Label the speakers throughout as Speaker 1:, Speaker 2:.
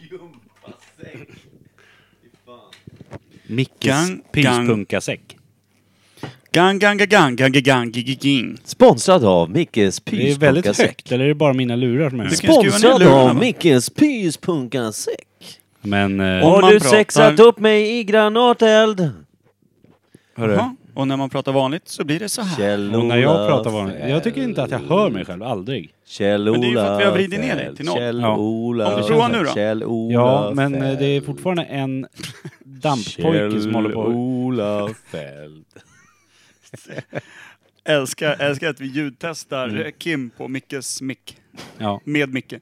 Speaker 1: Gympasäck. Fy fan.
Speaker 2: Mickan, gang,
Speaker 3: Pyspunkasäck.
Speaker 2: gang, gang, gang, gang, gang, gang, gig, ging.
Speaker 4: Sponsrad av Mickes
Speaker 3: Det är väldigt
Speaker 4: pyspunkasäck.
Speaker 3: högt, eller är det bara mina lurar som är
Speaker 2: Du
Speaker 3: högt?
Speaker 2: kan ju skruva ner
Speaker 4: Sponsrad
Speaker 2: lurarna,
Speaker 4: av
Speaker 2: va?
Speaker 4: Mickes pyspunkasäck.
Speaker 3: Men... eh,
Speaker 2: Om
Speaker 4: Har
Speaker 2: man
Speaker 4: du
Speaker 2: pratar-
Speaker 4: sexat upp mig i granateld? Hörru.
Speaker 2: Jaha. Och när man pratar vanligt så blir det så här.
Speaker 4: Kjell-Ola
Speaker 3: Och när jag pratar vanligt. Jag tycker inte att jag hör mig själv, aldrig.
Speaker 4: Kjell-Ola
Speaker 2: Men det är ju för att vi har vridit ner dig till noll.
Speaker 4: Kjell-Ola
Speaker 2: Ja. Om du provar nu då.
Speaker 4: Kjell-Ola
Speaker 3: Ja, men eh, det är
Speaker 4: Fält.
Speaker 3: fortfarande en damppojke som håller på.
Speaker 4: Kjell-Ola Fält.
Speaker 2: Älskar, älskar att vi ljudtestar eh, Kim på Mickes mick.
Speaker 3: Mm. Ja,
Speaker 2: Med Micke.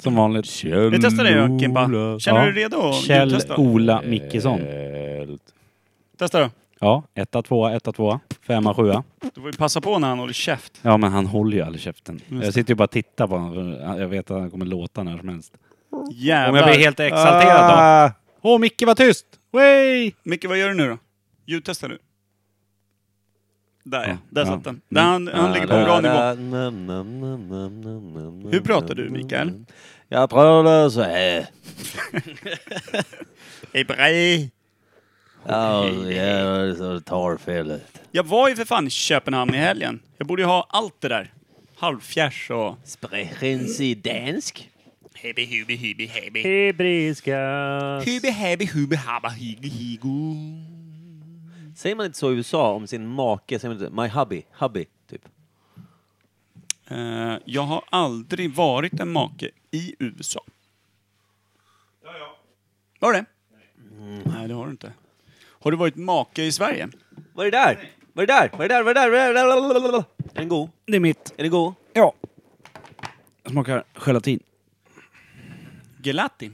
Speaker 3: som vanligt.
Speaker 4: Kjell-Ola
Speaker 2: Vi testar dig då Kimpa. Känner
Speaker 3: Ja. Oh.
Speaker 2: du dig redo att ljudtesta?
Speaker 3: Kjell-Ola Mickesson.
Speaker 4: Fält.
Speaker 2: Testa då.
Speaker 3: Ja, etta, tvåa, etta, tvåa. Femma, sjua.
Speaker 2: Du får ju passa på när han håller käft.
Speaker 3: Ja, men han håller ju aldrig käften. Jag sitter ju bara och tittar på honom. för Jag vet att han kommer låta när som helst. Om jag
Speaker 2: Jävlar. Ah,
Speaker 3: blir helt exalterad då. Åh, Micke var tyst! Wey!
Speaker 2: Micke, vad gör du nu då? Ljudtestar du. Där ja,
Speaker 3: Ja,
Speaker 2: där
Speaker 3: ja. Mm.
Speaker 2: satt den. Där han, han ligger på en bra nivå.
Speaker 4: nivå.
Speaker 2: Hur pratar du, Mikael?
Speaker 4: Jag pratar så här.
Speaker 2: Hebrej.
Speaker 4: Ja, jag så tar felet.
Speaker 2: Jag var ju för fan i Köpenhamn i helgen. Jag borde ju ha allt det där. Halvfjärs och...
Speaker 4: Sprechen Sie dansk?
Speaker 2: Hebe, hube, hube, hebe.
Speaker 3: Hebriska.
Speaker 2: Hube, hebe, hube, habba, hige, higo.
Speaker 4: Säger man inte så i USA om sin make? Säger man inte my hubby, hubby, typ?
Speaker 2: Eh, Jag har aldrig varit en make i USA. Var det? Nej, det har du inte. Har du varit make i Sverige?
Speaker 4: Vad är det där? Vad är det där? Vad är det där? Vad är det där? Vad är det där? Är den god?
Speaker 3: Det är mitt.
Speaker 4: Är den god?
Speaker 3: Ja. Smakar gelatin.
Speaker 2: Gelati.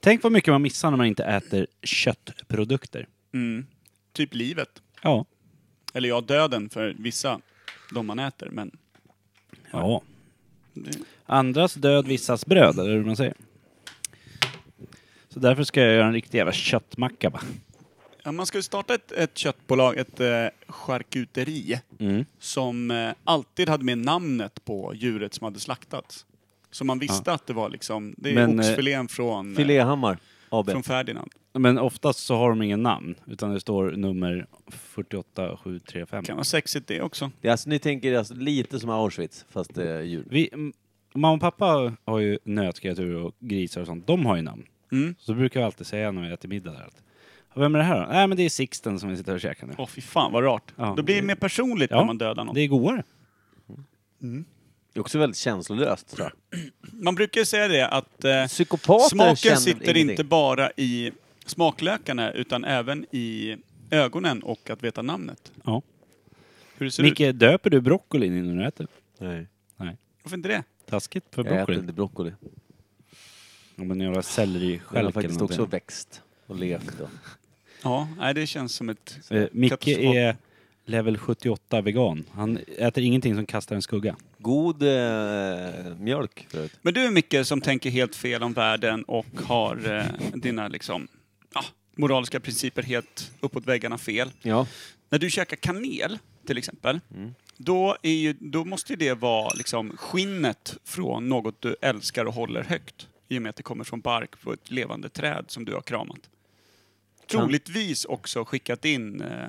Speaker 3: Tänk vad mycket man missar när man inte äter köttprodukter.
Speaker 2: Typ livet.
Speaker 3: Ja.
Speaker 2: Eller ja, döden för vissa. De man äter, men...
Speaker 3: Ja. Andras död, vissas bröd, eller hur man säger. Så därför ska jag göra en riktig jävla köttmacka bara.
Speaker 2: Ja, man ska ju starta ett, ett köttbolag, ett eh, charkuteri,
Speaker 3: Mm.
Speaker 2: som eh, alltid hade med namnet på djuret som hade slaktats. Så man visste att det var liksom, det är
Speaker 3: Men, eh,
Speaker 2: oxfilén från, eh,
Speaker 4: Filéhammar AB.
Speaker 2: från Ferdinand.
Speaker 3: Men oftast så har de ingen namn, utan det står nummer 48735.
Speaker 2: Kan vara sexigt det också.
Speaker 4: Det är alltså, ni tänker alltså lite som Auschwitz, fast eh, det är djur.
Speaker 3: Vi, m- mamma och pappa har ju nötkreatur och grisar och sånt. De har ju namn. Så brukar jag alltid säga när vi äter middag där att "Ja, Vem är det här då? Nej men det är Sixten som vi sitter och käkar nu.
Speaker 2: Åh fy fan vad rart.
Speaker 3: Ja.
Speaker 2: Då blir det mer personligt när man dödar någon.
Speaker 3: det är godare.
Speaker 4: Det är också väldigt känslolöst, tror jag.
Speaker 2: Man brukar ju säga det att eh,
Speaker 4: Psykopater känner
Speaker 2: smaken sitter
Speaker 4: ingenting.
Speaker 2: inte bara i smaklökarna utan även i ögonen och att veta namnet.
Speaker 3: Ja.
Speaker 2: Hur det ser
Speaker 3: Micke,
Speaker 2: ut.
Speaker 3: döper du broccolin innan du äter?
Speaker 4: Nej.
Speaker 3: Nej.
Speaker 2: Varför inte det?
Speaker 3: Taskigt för
Speaker 4: Jag äter
Speaker 3: broccolin.
Speaker 4: inte broccoli.
Speaker 3: Ja, men jävla
Speaker 4: Den har
Speaker 3: selleriskälk eller
Speaker 4: faktiskt också
Speaker 3: någonting.
Speaker 4: växt och levt. Och.
Speaker 2: Ja, nej, det känns som ett...
Speaker 3: Eh, Micke
Speaker 2: Katastrof.
Speaker 3: är level 78 vegan. Han äter ingenting som kastar en skugga.
Speaker 4: God eh, mjölk förut.
Speaker 2: Men du Micke som tänker helt fel om världen och har eh, dina liksom, ja, moraliska principer helt uppåt väggarna fel.
Speaker 4: Ja.
Speaker 2: När du käkar kanel till exempel, då, är ju, då måste ju det vara liksom skinnet från något du älskar och håller högt. I och med att det kommer från bark på ett levande träd som du har kramat. Troligtvis också skickat in eh,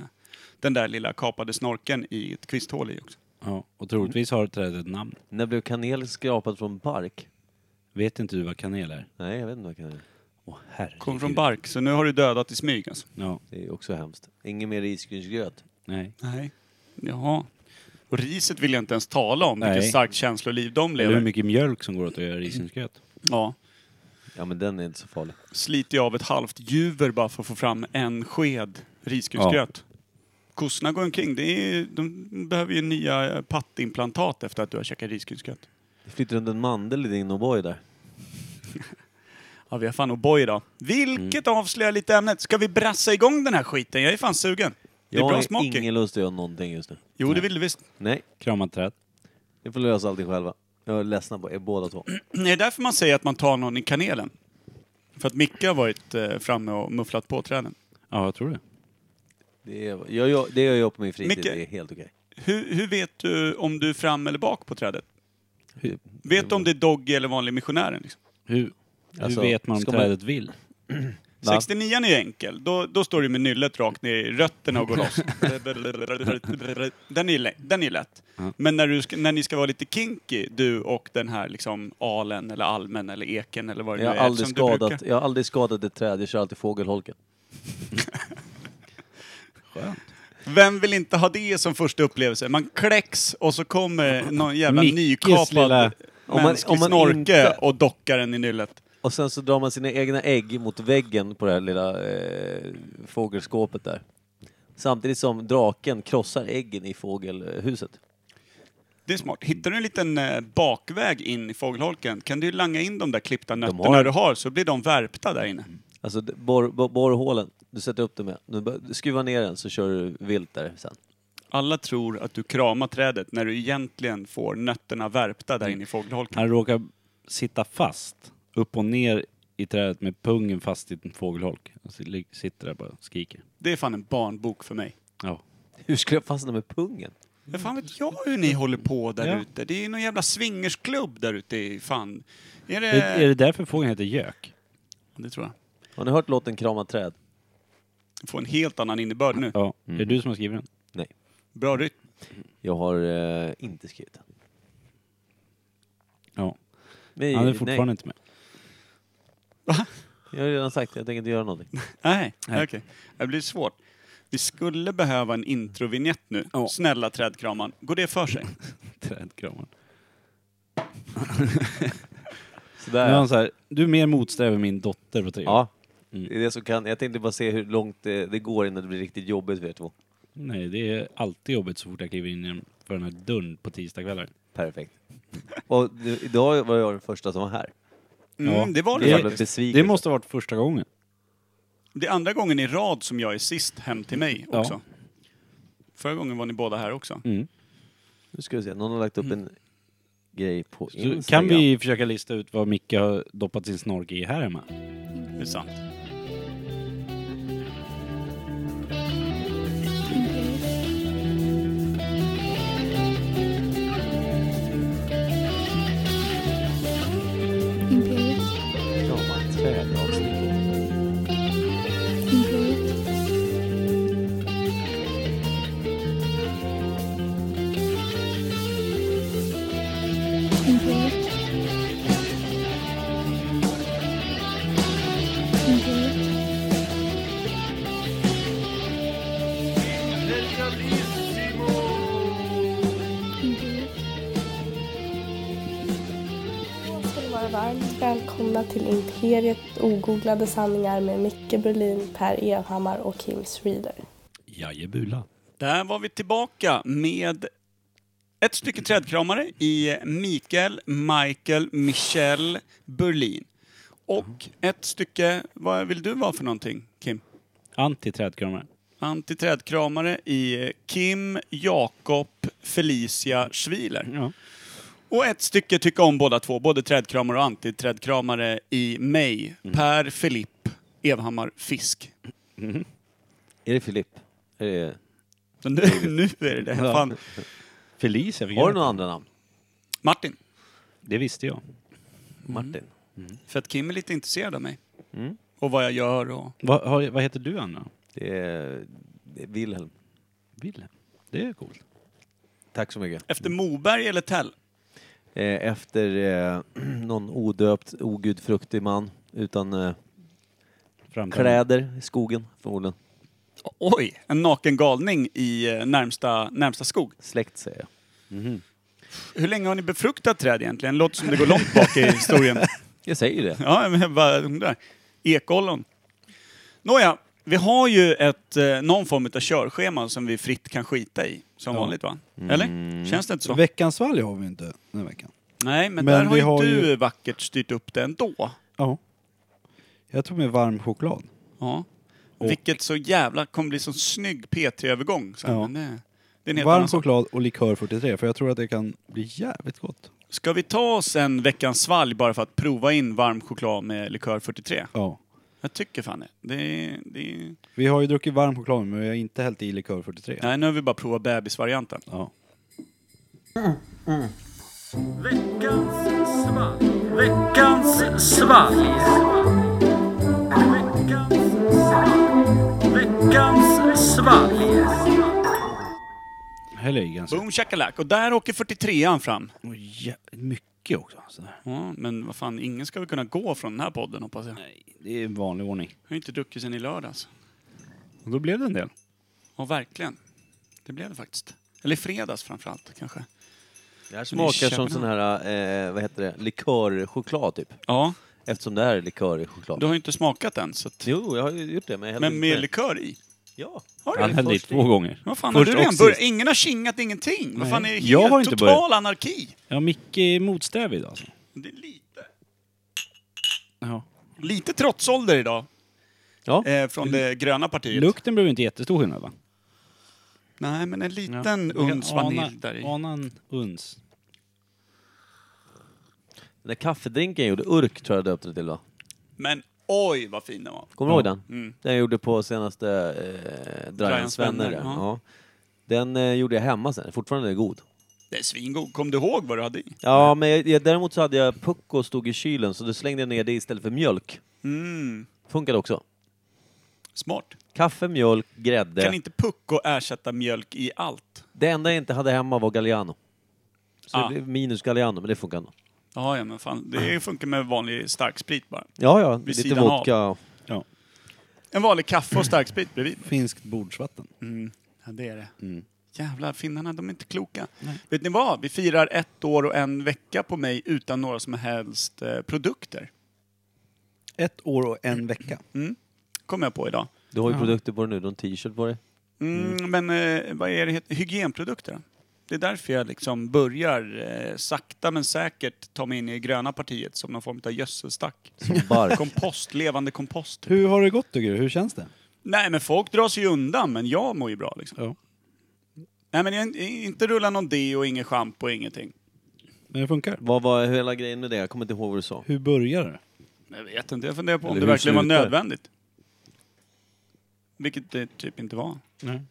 Speaker 2: den där lilla kapade snorken i ett kvisthål i också.
Speaker 3: Ja. Och troligtvis har trädet ett namn.
Speaker 4: När blev kanel skrapad från bark?
Speaker 3: Vet inte du vad kanel är?
Speaker 4: Nej, jag vet inte vad kanel är.
Speaker 3: Åh herregud.
Speaker 2: Kom från bark, så nu har du dödat i smyg alltså.
Speaker 3: Ja,
Speaker 4: Det är också hemskt. Ingen mer risgrynsgröt.
Speaker 3: nej.
Speaker 2: Nej. Jaha. Och riset vill jag inte ens tala om,
Speaker 3: Nej.
Speaker 2: vilket starkt känsloliv de
Speaker 3: Eller hur
Speaker 2: lever.
Speaker 3: mycket mjölk som går åt att göra risgrynsgröt.
Speaker 2: Ja.
Speaker 4: Ja, men den är inte så farlig.
Speaker 2: Sliter jag av ett halvt juver bara för att få fram en sked risgrynsgröt. Kossorna går omkring, det är, ju- de behöver ju nya eh, pattimplantat efter att du har käkat risgrynsgröt.
Speaker 4: Det flyter runt en mandel i din O'boy där.
Speaker 2: Ja, vi har fan O'boy idag. Vilket avslöjar lite ämnet. Ska vi brassa igång den här skiten? Jag är fan sugen. Det är
Speaker 4: jag
Speaker 2: bra
Speaker 4: har
Speaker 2: smak i.
Speaker 4: ingen lust att göra någonting just nu.
Speaker 2: Jo, det vill du visst.
Speaker 4: Nej,
Speaker 3: Kramat träd.
Speaker 4: ni får lösa allting själva. Jag är ledsna på er båda två.
Speaker 2: Det är därför man säger att man tar någon i kanelen. För att Micke har varit eh, framme och mufflat på träden.
Speaker 3: Ja, jag tror det.
Speaker 4: Det, är, jag, jag, det gör jag på min fritid,
Speaker 2: Micke.
Speaker 4: det är helt okej.
Speaker 2: Hur, hur vet du om du är fram eller bak på trädet?
Speaker 4: Hur-
Speaker 2: Vet du om det är Doggy eller vanlig missionären? Liksom?
Speaker 3: Hur,
Speaker 4: Alltså,
Speaker 3: Hur vet man om
Speaker 4: ska man-
Speaker 3: trädet vill?
Speaker 4: Va?
Speaker 2: 69 är ju enkel. Då, då står du med nyllet rakt ner i rötterna och går loss. Den är, ju lä- den är lätt.
Speaker 3: Ja.
Speaker 2: Men när, du ska, när ni ska vara lite kinky, du och den här liksom alen eller almen eller eken eller vad det
Speaker 4: Jag har,
Speaker 2: nu är
Speaker 4: aldrig
Speaker 2: som du
Speaker 4: skadat,
Speaker 2: brukar.
Speaker 4: jag har aldrig skadat ett träd, jag kör alltid fågelholken.
Speaker 2: Vem vill inte ha det som första upplevelse? Man kläcks och så kommer någon jävla
Speaker 3: Mickes
Speaker 2: nykapad
Speaker 3: lilla-
Speaker 4: Om man-
Speaker 2: mänsklig
Speaker 4: om man
Speaker 2: snorke
Speaker 4: inte-
Speaker 2: och dockar den i nyllet.
Speaker 4: Och sen så drar man sina egna ägg mot väggen på det här lilla eh, fågelskåpet där. Samtidigt som draken krossar äggen i fågelhuset.
Speaker 2: Det är smart. Hittar du en liten eh, bakväg in i fågelholken kan du ju langa in de där klippta nötterna
Speaker 4: har-
Speaker 2: du har så blir de värpta där inne.
Speaker 4: Alltså d- borr, borr, borrhålen, du sätter upp den med. Nu bör- skruva ner den så kör du vilt där sen.
Speaker 2: Alla tror att du kramar trädet när du egentligen får nötterna värpta där inne i fågelholken.
Speaker 3: Han råkar sitta fast, upp och ner i trädet med pungen fast i en fågelholk. Och så lig- sitter där bara och skriker.
Speaker 2: Det är fan en barnbok för mig.
Speaker 3: Ja.
Speaker 4: Hur skulle jag fastna med pungen?
Speaker 2: Men fan vet jag hur ni håller på där
Speaker 3: Ja.
Speaker 2: ute? Det är ju någon jävla swingersklubb där ute i fan... Är det...
Speaker 3: Är, är det därför fågeln heter gök?
Speaker 2: Det tror jag.
Speaker 4: Har ni hört låten Krama träd?
Speaker 2: Det får en helt annan innebörd nu.
Speaker 3: Ja. Är det du som har skrivit den?
Speaker 4: Nej,
Speaker 2: Bra rytm.
Speaker 4: jag har eh, inte skrivit den.
Speaker 3: Ja.
Speaker 4: Nej,
Speaker 3: Han är fortfarande inte med.
Speaker 4: nej. Jag har redan sagt det, jag tänker inte göra någonting.
Speaker 2: Nej, okej. Det blir svårt. Vi skulle behöva en introvinjett nu.
Speaker 3: Ja.
Speaker 2: Snälla trädkramaren, går det för sig?
Speaker 3: Trädkramaren. Nu
Speaker 4: Sådär.
Speaker 3: är han så Mm. här, du är mer motsträvig än min dotter på tre år.
Speaker 4: Ja. Det är det som kan. Jag tänkte bara se hur långt det, det går innan det blir riktigt jobbigt för er två.
Speaker 3: Nej, det är alltid jobbigt så fort jag kliver in genom- för den här dörren på tisdagskvällar.
Speaker 4: Perfekt. Och du, idag var jag den första som var här.
Speaker 2: Mm,
Speaker 3: Ja.
Speaker 2: Det var det,
Speaker 4: Det,
Speaker 2: faktiskt.
Speaker 4: blev besviken.
Speaker 3: Det måste ha varit första gången.
Speaker 2: Det är andra gången i rad som jag är sist hem till mig
Speaker 3: Ja.
Speaker 2: också. Förra gången var ni båda här också.
Speaker 3: Mm.
Speaker 4: Nu ska vi se, någon har lagt upp en grej på
Speaker 3: Så
Speaker 4: Instagram.
Speaker 3: kan vi försöka lista ut vad Micke har doppat sin snork i här hemma?
Speaker 2: Det är sant.
Speaker 5: Imperiet,
Speaker 4: krama ett träd avsnitt?
Speaker 5: Imperiet, Imperiet. Imperiet, Imperiet.
Speaker 6: ska ni vara varmt välkomna till Imperiet ogooglade sanningar med Micke Berlin, Per Evhammar och Kim Reader.
Speaker 3: Jajebula.
Speaker 2: Där var vi tillbaka med ett stycke trädkramare i Mikael, Michael, Michel, Berlin. Och ett stycke, vad vill du vara för någonting Kim?
Speaker 3: Anti-trädkramare.
Speaker 2: Antiträdkramare i Kim, Jakob, Felicia, Schwiler.
Speaker 3: Ja.
Speaker 2: Och ett stycke tycker om båda två, både trädkramare och antiträdkramare i mig, Per, Filipp, Evhammar, Fisk.
Speaker 4: Är det Filipp? Är det...
Speaker 2: Så nu, nu är det det. Fan.
Speaker 3: Felicia fick
Speaker 4: Har du
Speaker 3: jag.
Speaker 4: några andra namn?
Speaker 2: Martin,
Speaker 3: Det visste jag.
Speaker 4: Martin?
Speaker 2: för att Kim är lite intresserad av mig. Och vad jag gör och...
Speaker 3: Vad, har, vad heter du Anna?
Speaker 4: Det är, det är Wilhelm.
Speaker 3: Wilhelm. Det är coolt.
Speaker 4: Tack så mycket.
Speaker 2: Efter Moberg eller Tell?
Speaker 4: Eh, Efter eh, någon odöpt, ogudfruktig man utan eh,
Speaker 3: Framtiden.
Speaker 4: kläder i skogen förmodligen.
Speaker 2: Oj! En naken galning i eh, närmsta, närmsta skog.
Speaker 4: Släkt säger jag.
Speaker 2: Hur länge har ni befruktat träd egentligen? Låter som det går långt bak i historien.
Speaker 4: Jag säger det.
Speaker 2: Ja, men jag bara undrar. Ekollon. Nåja, vi har ju ett, eh, någon form av körschema som vi fritt kan skita i. Som vanligt va? Eller? Känns det inte så?
Speaker 7: Veckans svalg har Mm. vi inte den här veckan.
Speaker 2: Nej, men,
Speaker 7: Men
Speaker 2: där har
Speaker 7: vi
Speaker 2: ju
Speaker 7: har
Speaker 2: du
Speaker 7: ju-
Speaker 2: vackert styrt upp det ändå.
Speaker 7: Ja. Jag tog med varm choklad.
Speaker 2: Ja. Vilket så jävla kommer bli så snygg P3-övergång. sen,
Speaker 7: Ja.
Speaker 2: men Det, det är en helt
Speaker 7: Varm
Speaker 2: annan sak.
Speaker 7: choklad och likör 43 för jag tror att det kan bli jävligt gott.
Speaker 2: Ska vi ta oss en veckans svalg bara för att prova in varm choklad med likör 43?
Speaker 7: Ja.
Speaker 2: Jag tycker fan det. det, det...
Speaker 7: Vi har ju druckit varm choklad men vi har inte hällt i likör 43.
Speaker 2: Nej, nu har vi bara provat bebisvarianten.
Speaker 7: Ja.
Speaker 8: Veckans svalg. Veckans svalg. Veckans svalg.
Speaker 3: Höll jag i ganska...
Speaker 2: Boom shakalak. Och där åker 43an fram.
Speaker 3: Oj, jä- mycket också. Så där.
Speaker 2: Ja, men vad fan, ingen ska väl kunna gå från den här podden hoppas jag.
Speaker 3: Nej, det är en vanlig ordning.
Speaker 2: Jag har inte druckit sen i lördags.
Speaker 3: Och då blev det en del.
Speaker 2: Ja, verkligen. Det blev det faktiskt. Eller i fredags framförallt kanske.
Speaker 4: Det här smakar som
Speaker 2: Köpenhamn.
Speaker 4: sån här, eh, vad heter det, likörchoklad typ.
Speaker 2: Ja,
Speaker 4: Eftersom det här är likör i choklad.
Speaker 2: du har ju inte smakat den. Så att...
Speaker 4: Jo, jag har ju gjort det. Men, jag hällde
Speaker 2: Men
Speaker 4: i-
Speaker 2: med likör i.
Speaker 4: Ja.
Speaker 2: Har du?
Speaker 3: Han höll i
Speaker 4: först
Speaker 3: två
Speaker 4: i-
Speaker 3: gånger.
Speaker 2: Vad fan, har
Speaker 3: Först
Speaker 2: du
Speaker 3: och
Speaker 2: redan börjat?
Speaker 3: sist.
Speaker 2: Ingen har tjingat ingenting. Vad
Speaker 3: Nej.
Speaker 2: fan, är det
Speaker 3: Jag
Speaker 2: helt
Speaker 3: har inte
Speaker 2: total
Speaker 3: börjat.
Speaker 2: anarki?
Speaker 3: Ja, Micke är motsträvig idag. Alltså.
Speaker 2: Det är lite...
Speaker 3: Ja.
Speaker 2: Lite trotsålder idag.
Speaker 4: Ja.
Speaker 2: Eh, från det gröna partiet.
Speaker 3: Lukten blev inte jättestor skillnad va?
Speaker 2: Nej, men en liten
Speaker 3: Man kan
Speaker 2: uns
Speaker 3: ana-
Speaker 2: vanilj där i.
Speaker 3: Ana en uns.
Speaker 4: Den där kaffedrinken jag gjorde, Urk tror jag döpte den till va?
Speaker 2: Men oj vad fin den var.
Speaker 4: Kommer du ihåg den?
Speaker 2: Mm.
Speaker 4: Den jag gjorde på senaste eh, Drajans
Speaker 2: vänner,
Speaker 4: vänner. där.
Speaker 2: ja.
Speaker 4: Ja. Den eh, gjorde jag hemma sen, fortfarande är god.
Speaker 2: Det är svingod. Kom du ihåg vad du hade i?
Speaker 4: Ja, men jag, jag, däremot så hade jag pucko stod i kylen så då slängde jag ner det istället för mjölk.
Speaker 2: Mm.
Speaker 4: Funkade också.
Speaker 2: Smart.
Speaker 4: Kaffe, mjölk, grädde.
Speaker 2: Kan inte pucko ersätta mjölk i allt?
Speaker 4: Det enda jag inte hade hemma var Galliano. Så
Speaker 2: Ah.
Speaker 4: det blev minus Galliano, men det funkar ändå.
Speaker 2: Ja, ja, men fan. Det funkar med vanlig starksprit bara.
Speaker 4: Ja, ja, lite
Speaker 2: sidan av.
Speaker 4: vodka.
Speaker 2: En vanlig kaffe och starksprit bredvid.
Speaker 7: Finskt bordsvatten.
Speaker 2: Ja, det är det. Jävlar, finnarna de är inte kloka. Vet ni vad? Vi firar ett år och en vecka på mig utan några som helst eh, produkter.
Speaker 7: Ett år och en vecka.
Speaker 2: Kommer jag på idag.
Speaker 4: Du har ju produkter på dig nu, du har en t-shirt på dig.
Speaker 2: Mm, Men eh, vad är det het- Hygienprodukter. då? Det är därför jag liksom börjar eh, sakta men säkert ta mig in i det gröna partiet som någon form av gödselstack.
Speaker 4: Som bark.
Speaker 2: Kompost, levande kompost.
Speaker 7: Hur har det gått tycker du? Hur känns det?
Speaker 2: Nej men folk drar sig ju undan, men jag mår ju bra liksom.
Speaker 7: Ja.
Speaker 2: Nej men jag, inte rulla någon deo, inget schampo, ingenting.
Speaker 7: Men det funkar.
Speaker 4: Vad var hela grejen med det? Jag kommer inte ihåg vad du sa.
Speaker 7: Hur börjar det?
Speaker 2: Jag vet inte, jag funderar på om
Speaker 4: Eller
Speaker 2: det
Speaker 4: hur
Speaker 2: verkligen var
Speaker 4: slutar?
Speaker 2: nödvändigt. Vilket det typ inte var.
Speaker 7: Nej.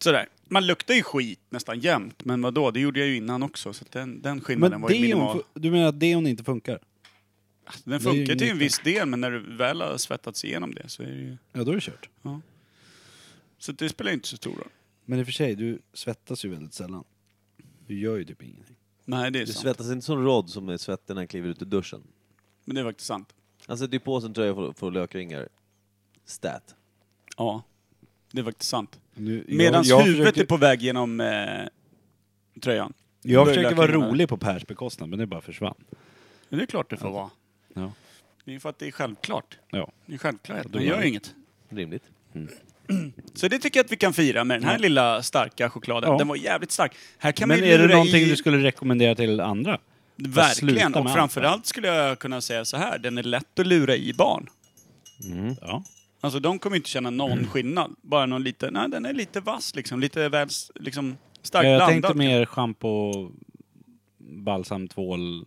Speaker 2: Sådär. Man luktar ju skit nästan jämt, men vadå, det gjorde jag ju innan också. Så att den, den skillnaden
Speaker 7: Men
Speaker 2: var ju
Speaker 7: deon,
Speaker 2: minimal.
Speaker 7: fu- du menar att deon inte funkar?
Speaker 2: Den
Speaker 7: Det är ju
Speaker 2: funkar till en
Speaker 7: inget-
Speaker 2: viss del, men när du väl har svettats igenom det så är det ju...
Speaker 7: Ja, då är det kört.
Speaker 2: Så det spelar ju inte så stor roll.
Speaker 7: Men i och för sig, du svettas ju väldigt sällan. Du gör ju typ ingenting.
Speaker 2: Nej, det är
Speaker 4: Du
Speaker 2: sant.
Speaker 4: svettas inte som Rod som är svettig när han kliver ut ur duschen.
Speaker 2: Men det är faktiskt sant.
Speaker 4: Han sätter ju Alltså, på sig en tröja för, för lökringar. Stat.
Speaker 2: Ja. Det är faktiskt sant.
Speaker 7: Nu,
Speaker 2: Medan
Speaker 7: jag
Speaker 2: huvudet
Speaker 7: försöker,
Speaker 2: är på väg genom eh, tröjan.
Speaker 7: Jag
Speaker 2: börjar
Speaker 7: försöker vara
Speaker 2: lökringarna.
Speaker 7: rolig på Pers bekostnad, men det bara försvann.
Speaker 2: Men det är klart det får vara.
Speaker 7: Ja.
Speaker 2: Det är ju för att det är självklart.
Speaker 7: Ja.
Speaker 2: Det är självklart.
Speaker 7: då
Speaker 2: Man
Speaker 7: gör
Speaker 2: gör
Speaker 7: det.
Speaker 2: inget.
Speaker 4: Rimligt.
Speaker 2: Så det tycker jag att vi kan fira med den här lilla starka chokladen.
Speaker 3: Ja.
Speaker 2: Den var jävligt stark. Här kan
Speaker 3: Men
Speaker 2: vi
Speaker 3: är
Speaker 2: lura
Speaker 3: det någonting
Speaker 2: i...
Speaker 3: du skulle rekommendera till andra? Sluta
Speaker 2: Verkligen.
Speaker 3: med
Speaker 2: Och
Speaker 3: allt.
Speaker 2: framförallt skulle jag kunna säga så här. Den är lätt att lura i barn.
Speaker 3: Ja.
Speaker 2: Alltså de kommer inte känna
Speaker 3: Mm.
Speaker 2: någon skillnad. Bara någon lite, nej den är lite vass liksom. Lite väl s- liksom starkt
Speaker 3: Jag
Speaker 2: blandad.
Speaker 3: tänkte mer schampo, balsam, tvål.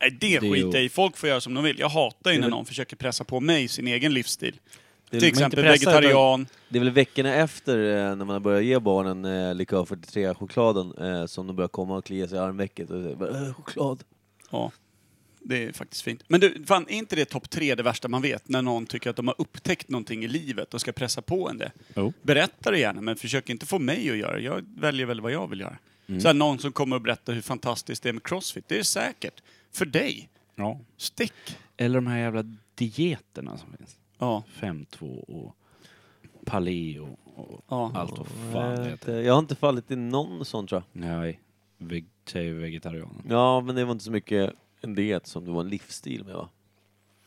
Speaker 2: Nej det
Speaker 3: Deo.
Speaker 2: skiter jag i. Folk får göra som de vill. Jag hatar ju när någon försöker pressa på mig sin egen livsstil.
Speaker 4: Det är,
Speaker 2: Till
Speaker 4: man är inte
Speaker 2: exempel
Speaker 4: pressad, utan
Speaker 2: vegetarian.
Speaker 4: Det är väl veckorna efter eh, när man har börjat ge barnen eh, likör 43-chokladen eh, som de börjar komma och klia sig i armvecket och säger bara, "Äh, choklad.
Speaker 2: Ja, det är faktiskt fint. Men du, fan, är inte det topp tre det värsta man vet? När någon tycker att de har upptäckt någonting i livet och ska pressa på en det.
Speaker 3: Jo.
Speaker 2: Berätta det gärna, men försök inte få mig att göra det. Jag väljer väl vad jag vill göra.
Speaker 3: Mm.
Speaker 2: Så här, någon som kommer och berättar hur fantastiskt det är med crossfit. Det är det säkert. För dig.
Speaker 3: Ja.
Speaker 2: Stick!
Speaker 3: Eller de här jävla dieterna som finns.
Speaker 2: Ja,
Speaker 3: 5-2 och paleo och
Speaker 2: ja.
Speaker 3: allt vad fan det heter.
Speaker 4: Eh, Jag har inte fallit i någon sån tror jag.
Speaker 3: Nej, veg- säger vegetarianen.
Speaker 4: Ja, men det var inte så mycket en diet som det var en livsstil med va?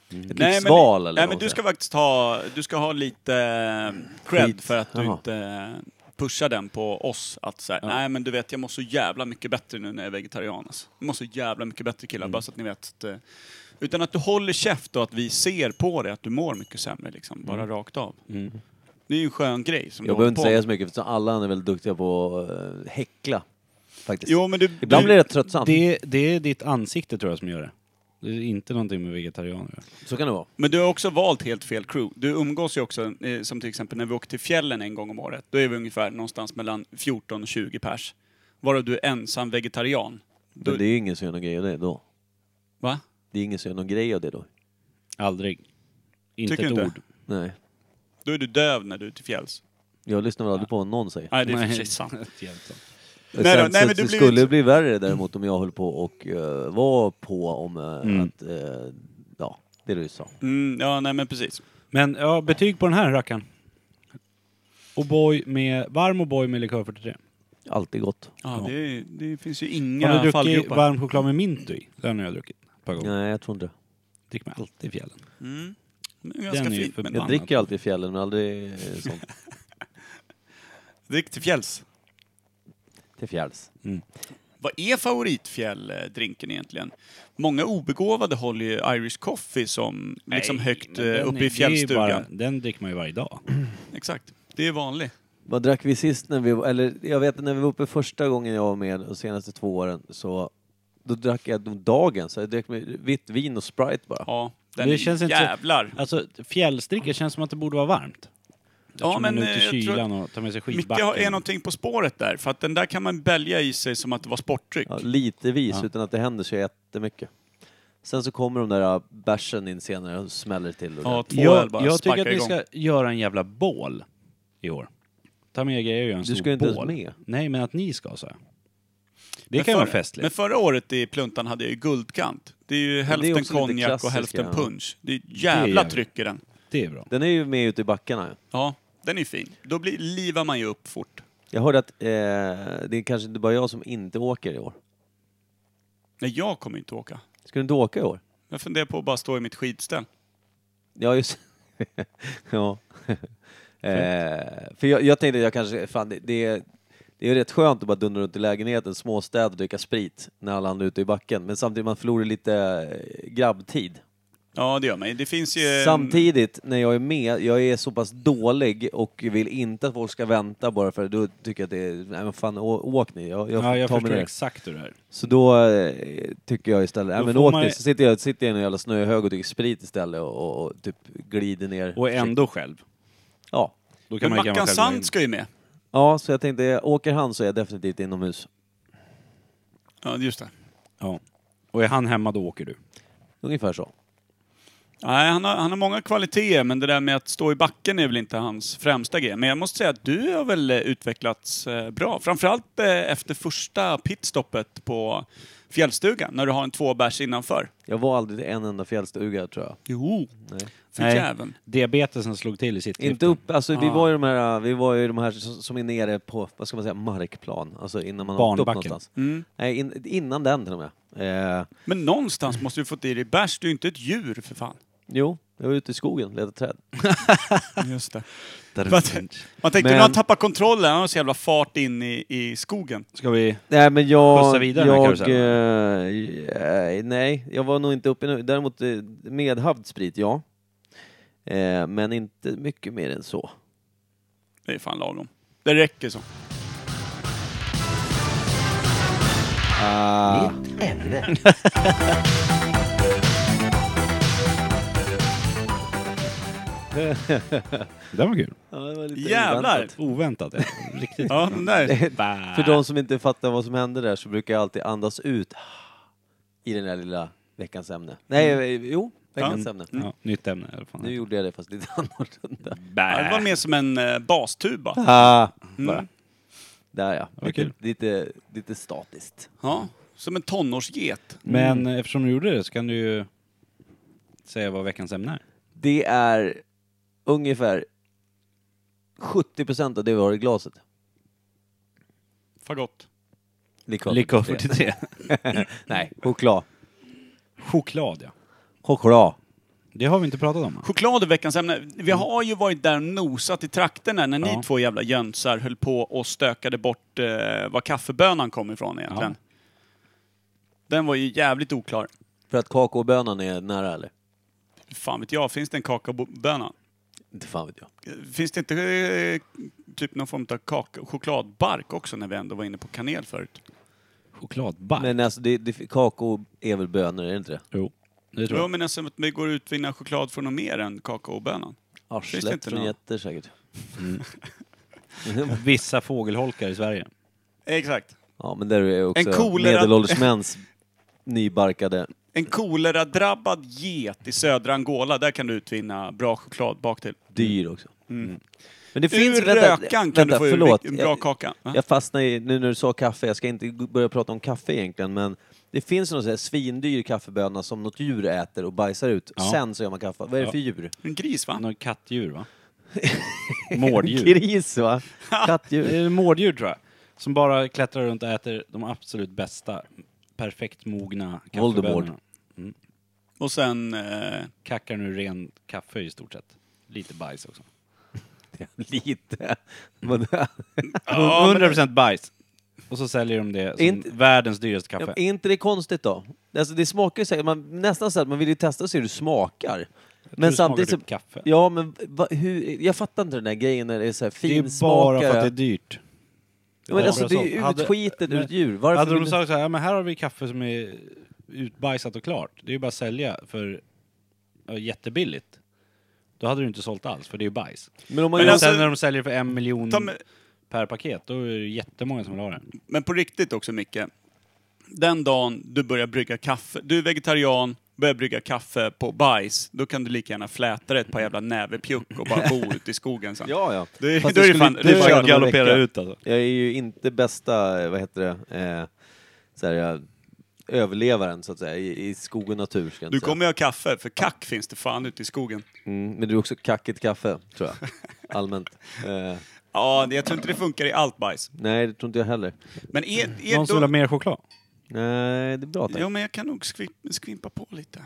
Speaker 4: Ett
Speaker 2: Mm. Nej, men,
Speaker 4: livsval eller
Speaker 2: nej,
Speaker 4: vad
Speaker 2: men
Speaker 4: man
Speaker 2: du
Speaker 4: säger.
Speaker 2: ska faktiskt ha, du ska ha lite eh, cred
Speaker 4: Skit.
Speaker 2: för att du
Speaker 4: Jaha.
Speaker 2: inte eh, pushar den på oss. Att så här, nej men du vet jag mår så jävla mycket bättre nu när jag är vegetarian. Alltså. Jag mår så jävla mycket bättre killar,
Speaker 4: Mm.
Speaker 2: bara så att ni vet. Att, eh, utan att du håller käft och att vi ser på dig att du mår mycket sämre liksom, bara rakt av. Det är ju en skön grej som
Speaker 4: Mm. Jag
Speaker 2: du
Speaker 4: behöver
Speaker 2: håller
Speaker 4: inte
Speaker 2: på
Speaker 4: säga
Speaker 2: med.
Speaker 4: så mycket för alla är väldigt duktiga på att eh, häckla. Faktiskt.
Speaker 2: Jo men du,
Speaker 4: Ibland
Speaker 2: du,
Speaker 4: blir det rätt tröttsamt.
Speaker 2: Mm.
Speaker 3: Det, det är ditt ansikte tror jag som gör det. Det är inte någonting med vegetarianer.
Speaker 4: Så kan det vara.
Speaker 2: Men du har också valt helt fel crew. Du umgås ju också, eh, som till exempel när vi åker till fjällen en gång om året. Då är vi ungefär någonstans mellan 14 och 20 pers. Varav du är ensam vegetarian.
Speaker 4: Men det är ju ingen som gör någon grej av det då.
Speaker 2: Va?
Speaker 4: Det är ingen som gör någon grej av det då?
Speaker 3: Aldrig. Inte
Speaker 2: Tycker
Speaker 3: ett
Speaker 2: du inte?
Speaker 3: ord.
Speaker 4: Nej.
Speaker 2: Då är du döv när du är till fjälls.
Speaker 4: Jag lyssnar väl aldrig på vad någon säger.
Speaker 2: Nej, det är
Speaker 3: Nej.
Speaker 2: för sig sant.
Speaker 3: Jämt så.
Speaker 4: Men
Speaker 2: Nej
Speaker 4: sen,
Speaker 2: då, nej,
Speaker 4: så,
Speaker 2: men
Speaker 4: det
Speaker 2: det blir
Speaker 4: skulle
Speaker 2: inte-
Speaker 4: bli värre däremot om jag höll på och eh, var på om eh, att, eh, ja, det du sa.
Speaker 2: Mm, ja, nej men precis.
Speaker 3: Men ja, betyg på den här rackaren. O'boy med, varm O'boy med likör 43.
Speaker 4: Alltid gott.
Speaker 2: Ja, Det, det finns ju
Speaker 3: Har
Speaker 2: inga
Speaker 3: du druckit
Speaker 2: fallgropar.
Speaker 3: varm choklad med mint i? Den har jag druckit ett par gånger.
Speaker 4: Nej, jag tror inte det.
Speaker 3: Dricker man alltid i fjällen.
Speaker 2: Mm. Den är ganska
Speaker 3: Den är ju
Speaker 2: fin.
Speaker 3: för-
Speaker 2: men
Speaker 4: Jag
Speaker 3: annat.
Speaker 4: dricker alltid i fjällen men aldrig eh, sånt.
Speaker 2: Drick till fjälls.
Speaker 4: Till fjälls.
Speaker 2: Vad är favoritfjälldrinken egentligen? Många obegåvade håller ju Irish coffee som liksom högt
Speaker 3: men den
Speaker 2: eh,
Speaker 3: är-
Speaker 2: uppe
Speaker 3: det är
Speaker 2: i
Speaker 3: ju
Speaker 2: fjällstugan.
Speaker 3: bara- Den dricker man ju varje dag.
Speaker 2: Exakt. Det är vanligt.
Speaker 4: Vad drack vi sist när vi eller jag vet när vi var uppe första gången jag var med de senaste två åren så då drack jag de dagen, så jag drack med vitt vin och Sprite bara.
Speaker 2: Ja, den
Speaker 3: Det
Speaker 2: är
Speaker 3: känns inte så-
Speaker 2: jävlar.
Speaker 3: Alltså fjällsdricka känns som att det borde vara varmt.
Speaker 2: ja, men
Speaker 3: man
Speaker 2: eh,
Speaker 3: är ute i
Speaker 2: jag tror
Speaker 3: kylan
Speaker 2: att
Speaker 3: och tar med sig
Speaker 2: Micke
Speaker 3: skidbacken.
Speaker 2: har- är någonting på spåret där. För att den där kan man bälja i sig som att det var sportdryck.
Speaker 4: Ja, lite vis
Speaker 3: Ja.
Speaker 4: utan att det händer så jättemycket. Sen så kommer de där äh, bärsen in senare och smäller till. Och
Speaker 2: Ja,
Speaker 4: ja,
Speaker 2: två öl
Speaker 3: jag,
Speaker 2: bara
Speaker 3: jag tycker
Speaker 2: sparkar
Speaker 3: att vi
Speaker 2: igång.
Speaker 3: ska göra en jävla bål i år. Ta med grejer och göra en
Speaker 4: Du
Speaker 3: stor
Speaker 4: ska inte ens
Speaker 3: bål.
Speaker 4: med.
Speaker 3: Nej, men att ni ska så. här. Det
Speaker 2: Men
Speaker 3: kan ju vara
Speaker 2: förra- Men
Speaker 3: festligt.
Speaker 2: förra året i Pluntan hade jag ju guldkant. Det är ju hälften
Speaker 4: också lite
Speaker 2: konjak och
Speaker 4: klassiska.
Speaker 2: hälften punch. Det är
Speaker 3: Det är
Speaker 2: jävla
Speaker 3: jävligt.
Speaker 2: tryck i den.
Speaker 3: Det är bra.
Speaker 4: Den är ju med ute i backarna.
Speaker 2: Ja, den är ju fin. Då blir, livar man ju upp fort.
Speaker 4: Jag hörde att eh, det är kanske inte bara jag som inte åker i år.
Speaker 2: Nej, jag kommer inte åka.
Speaker 4: Ska du inte åka i år?
Speaker 2: Jag funderar på att bara stå i mitt skidställ.
Speaker 4: Ja, just Ja. eh, för jag, jag tänkte att jag kanske, fan det, det, är, det är rätt skönt att bara dundra runt i lägenheten, småstäd och dricka sprit när alla andra är ute i backen. Men samtidigt man förlorar lite eh, grabbtid.
Speaker 2: Ja, det gör man ju. Det finns
Speaker 3: mm.
Speaker 2: ju...
Speaker 4: Samtidigt, när jag är med, jag är så pass dålig och vill inte att folk ska vänta bara för då tycker jag att det är, nej men fan å, åk ni, jag, jag,
Speaker 3: ja, jag
Speaker 4: tar mig
Speaker 3: förstår
Speaker 4: ner.
Speaker 3: exakt hur det är.
Speaker 4: Så då eh, tycker jag istället, nej
Speaker 3: Då
Speaker 4: men
Speaker 3: får
Speaker 4: åk
Speaker 3: man-
Speaker 4: ni, så sitter jag, sitter jag i en jävla snöhög och dricker sprit istället och, och, och typ glider ner.
Speaker 3: Och ändå själv.
Speaker 4: Ja.
Speaker 3: Då kan
Speaker 2: Men
Speaker 3: man lika gärna
Speaker 2: Mackan
Speaker 3: själv gå in.
Speaker 2: Sand ska ju med.
Speaker 4: ja, så jag tänkte, åker han så är jag definitivt inomhus.
Speaker 2: Ja, just det.
Speaker 3: Ja. Och är han hemma då åker du.
Speaker 4: Ungefär så.
Speaker 2: Nej, han har, han har många kvaliteter, men det där med att stå i backen är väl inte hans främsta grej. Men jag måste säga att du har väl eh, utvecklats eh, bra. Framförallt eh, efter första pitstoppet på fjällstugan, när du har en två bärs innanför.
Speaker 4: Jag var aldrig till en enda fjällstuga tror jag.
Speaker 2: Jo.
Speaker 4: Nej.
Speaker 2: För
Speaker 3: Nej.
Speaker 2: jäveln.
Speaker 3: Diabetesen slog till i sitt
Speaker 4: Inte upp, alltså
Speaker 3: Ah.
Speaker 4: vi var ju de här, vi var ju de här som är nere på, vad ska man säga, markplan. Alltså innan man har åkt upp
Speaker 3: Barnbacken.
Speaker 4: någonstans.
Speaker 2: Mm.
Speaker 4: Nej, in, innan den till och med. Eh,
Speaker 2: Men någonstans måste du fått i dig bärs. Du är ju inte ett djur för fan.
Speaker 4: jo, jag var ute i skogen, letade träd.
Speaker 2: Just det.
Speaker 3: Där.
Speaker 2: Vad- Man tänkte
Speaker 4: Men-
Speaker 2: nu har han tappat kontrollen, han har så jävla fart in i, i skogen.
Speaker 3: Ska vi...
Speaker 4: Nej men jag...
Speaker 3: Skjutsa vidare den här
Speaker 4: jag
Speaker 3: karusellen.
Speaker 4: eh, nej, jag var nog inte uppe nu. Däremot eh, medhavd sprit, ja. Eh, men inte mycket mer än så.
Speaker 2: Det är fan lagom. Det räcker så.
Speaker 3: Det där var kul.
Speaker 4: Ja, det var lite
Speaker 2: Jävlar!
Speaker 3: Oväntat.
Speaker 4: oväntat.
Speaker 3: Riktigt.
Speaker 2: Ja, den där.
Speaker 4: För de som inte fattar vad som hände där så brukar jag alltid andas ut i den där lilla veckans ämne. Nej, eh, jo, veckans ämne.
Speaker 3: Mm. Ja, nytt ämne i alla fall.
Speaker 4: Nu gjorde jag det fast lite annorlunda.
Speaker 3: Mm.
Speaker 2: Ja, Det var mer som en eh, bastuba.
Speaker 4: Ah,
Speaker 2: Mm.
Speaker 4: där ja.
Speaker 3: var kul.
Speaker 4: Lite, lite statiskt.
Speaker 2: Ja, som en tonårsget.
Speaker 3: Men eh, eftersom du gjorde det så kan du ju säga vad veckans ämne är.
Speaker 4: Det är ungefär 70% av det vi har i glaset.
Speaker 2: Fagott.
Speaker 4: Likör
Speaker 3: Likör 43.
Speaker 4: Nej, choklad.
Speaker 3: Choklad ja.
Speaker 4: Choklad.
Speaker 3: Det har vi inte pratat om.
Speaker 2: Choklad är veckans ämne. Vi har ju varit där och nosat i trakterna när ni
Speaker 3: Ja.
Speaker 2: två jävla jönsar höll på och stökade bort eh, var kaffebönan kom ifrån egentligen. Den var ju jävligt oklar.
Speaker 4: För att kakaobönan är nära eller?
Speaker 2: Fan vet jag, finns det en kakaoböna?
Speaker 4: Inte fan vet jag.
Speaker 2: Eh, Finns det inte eh, typ någon form av kaka, chokladbark också när vi ändå var inne på kanel förut?
Speaker 3: Chokladbark.
Speaker 4: Men alltså, det, det, kakao är väl bönor, är det inte det?
Speaker 3: Jo, det tror
Speaker 2: Jo
Speaker 3: jag.
Speaker 2: men alltså att det går att utvinna choklad från något mer än kakaobönan. Finns det
Speaker 4: Arslet
Speaker 2: inte
Speaker 4: för
Speaker 2: någon?
Speaker 4: getter säkert. Mm.
Speaker 3: Vissa fågelholkar i Sverige.
Speaker 2: Exakt.
Speaker 4: Ja, men där är också
Speaker 2: En kolera-
Speaker 4: medelålders mäns nybarkade
Speaker 2: En koleradrabbad get i södra Angola, där kan du utvinna bra choklad bak till.
Speaker 4: Dyr också. Mm. Men det
Speaker 2: Ur rökan kan du få ur en bra
Speaker 4: jag,
Speaker 2: kaka. Va?
Speaker 4: jag fastnar i, nu när du sa kaffe, jag ska inte g- börja prata om kaffe egentligen, men det finns någon sån här svindyr kaffeböna som något djur äter och bajsar ut,
Speaker 3: Ja.
Speaker 4: sen så gör man kaffe. Vad är det
Speaker 3: Ja.
Speaker 4: för djur?
Speaker 2: En gris
Speaker 4: Mm.
Speaker 2: va?
Speaker 3: Något kattdjur va? Mårddjur.
Speaker 4: Gris va?
Speaker 3: Det
Speaker 4: Kattdjur.
Speaker 3: är mårddjur tror jag. Som bara klättrar runt och äter de absolut bästa, perfekt mogna
Speaker 4: Voldemort.
Speaker 3: kaffebönorna.
Speaker 2: Och sen... Eh,
Speaker 3: Kackar nu ren kaffe i stort sett. Lite bajs också.
Speaker 4: Lite. Men-
Speaker 3: 100% bajs. Och så säljer de det som
Speaker 4: Inte-
Speaker 3: världens dyraste
Speaker 4: Ja,
Speaker 3: kaffe.
Speaker 4: är inte det konstigt då? Alltså det smakar ju säkert, man, nästan så att man vill ju testa och se hur det smakar. Men
Speaker 3: det
Speaker 4: samtidigt
Speaker 3: smakar
Speaker 4: så,
Speaker 3: typ kaffe.
Speaker 4: Ja men va, hur, jag fattar inte den där grejen när det är så här
Speaker 3: det är bara för att det är
Speaker 4: finsmakare.
Speaker 3: dyrt.
Speaker 4: Ja, men alltså det är
Speaker 3: Bara så.
Speaker 4: ju utskitet ur
Speaker 3: Hade-
Speaker 4: ett djur. Varför
Speaker 3: Hade
Speaker 4: vill
Speaker 3: Alltså, de
Speaker 4: du-
Speaker 3: sagt så här, "Ja, men här har vi kaffe som är utbajsat och klart. Det är ju bara att sälja för ja, jättebilligt. Då hade du inte sålt alls, för det är ju bajs.
Speaker 4: Men om man
Speaker 3: Men
Speaker 4: gör
Speaker 2: alltså-
Speaker 3: sen när de säljer för en miljon
Speaker 2: ta med,
Speaker 3: per paket, då är det jättemånga som vill ha den.
Speaker 2: men på riktigt också Micke. Den dagen du börjar brygga kaffe, du är vegetarian, börjar brygga kaffe på bajs, då kan du lika gärna fläta dig ett par jävla näverpjuck och bara bo ute i skogen sen.
Speaker 4: Ja, ja.
Speaker 2: Det, är-
Speaker 4: Fast
Speaker 2: då är
Speaker 4: det
Speaker 2: det
Speaker 4: skulle
Speaker 2: fan,
Speaker 4: inte
Speaker 2: det är
Speaker 4: vara
Speaker 2: bara
Speaker 4: någon vecka.
Speaker 2: galoppera ut alltså.
Speaker 4: jag är ju inte bästa, eh, vad heter det, eh, så här, jag- överlevaren så att säga, i, i skog och natur. Ska jag
Speaker 2: Du
Speaker 4: inte säga.
Speaker 2: kommer ju ha kaffe, för kack finns det fan ute i skogen.
Speaker 4: Mm, men du är också kackigt kaffe, tror jag. Allmänt. Eh,
Speaker 2: Ja, det- jag tror inte det funkar i allt bajs.
Speaker 4: nej, det tror inte jag heller.
Speaker 2: Men är,
Speaker 3: Någon
Speaker 2: är
Speaker 3: som vill ha
Speaker 2: då,
Speaker 3: mer choklad?
Speaker 4: Nej, det är bra tänkt.
Speaker 2: Jo, men jag kan nog skvimpa, skvimpa på lite.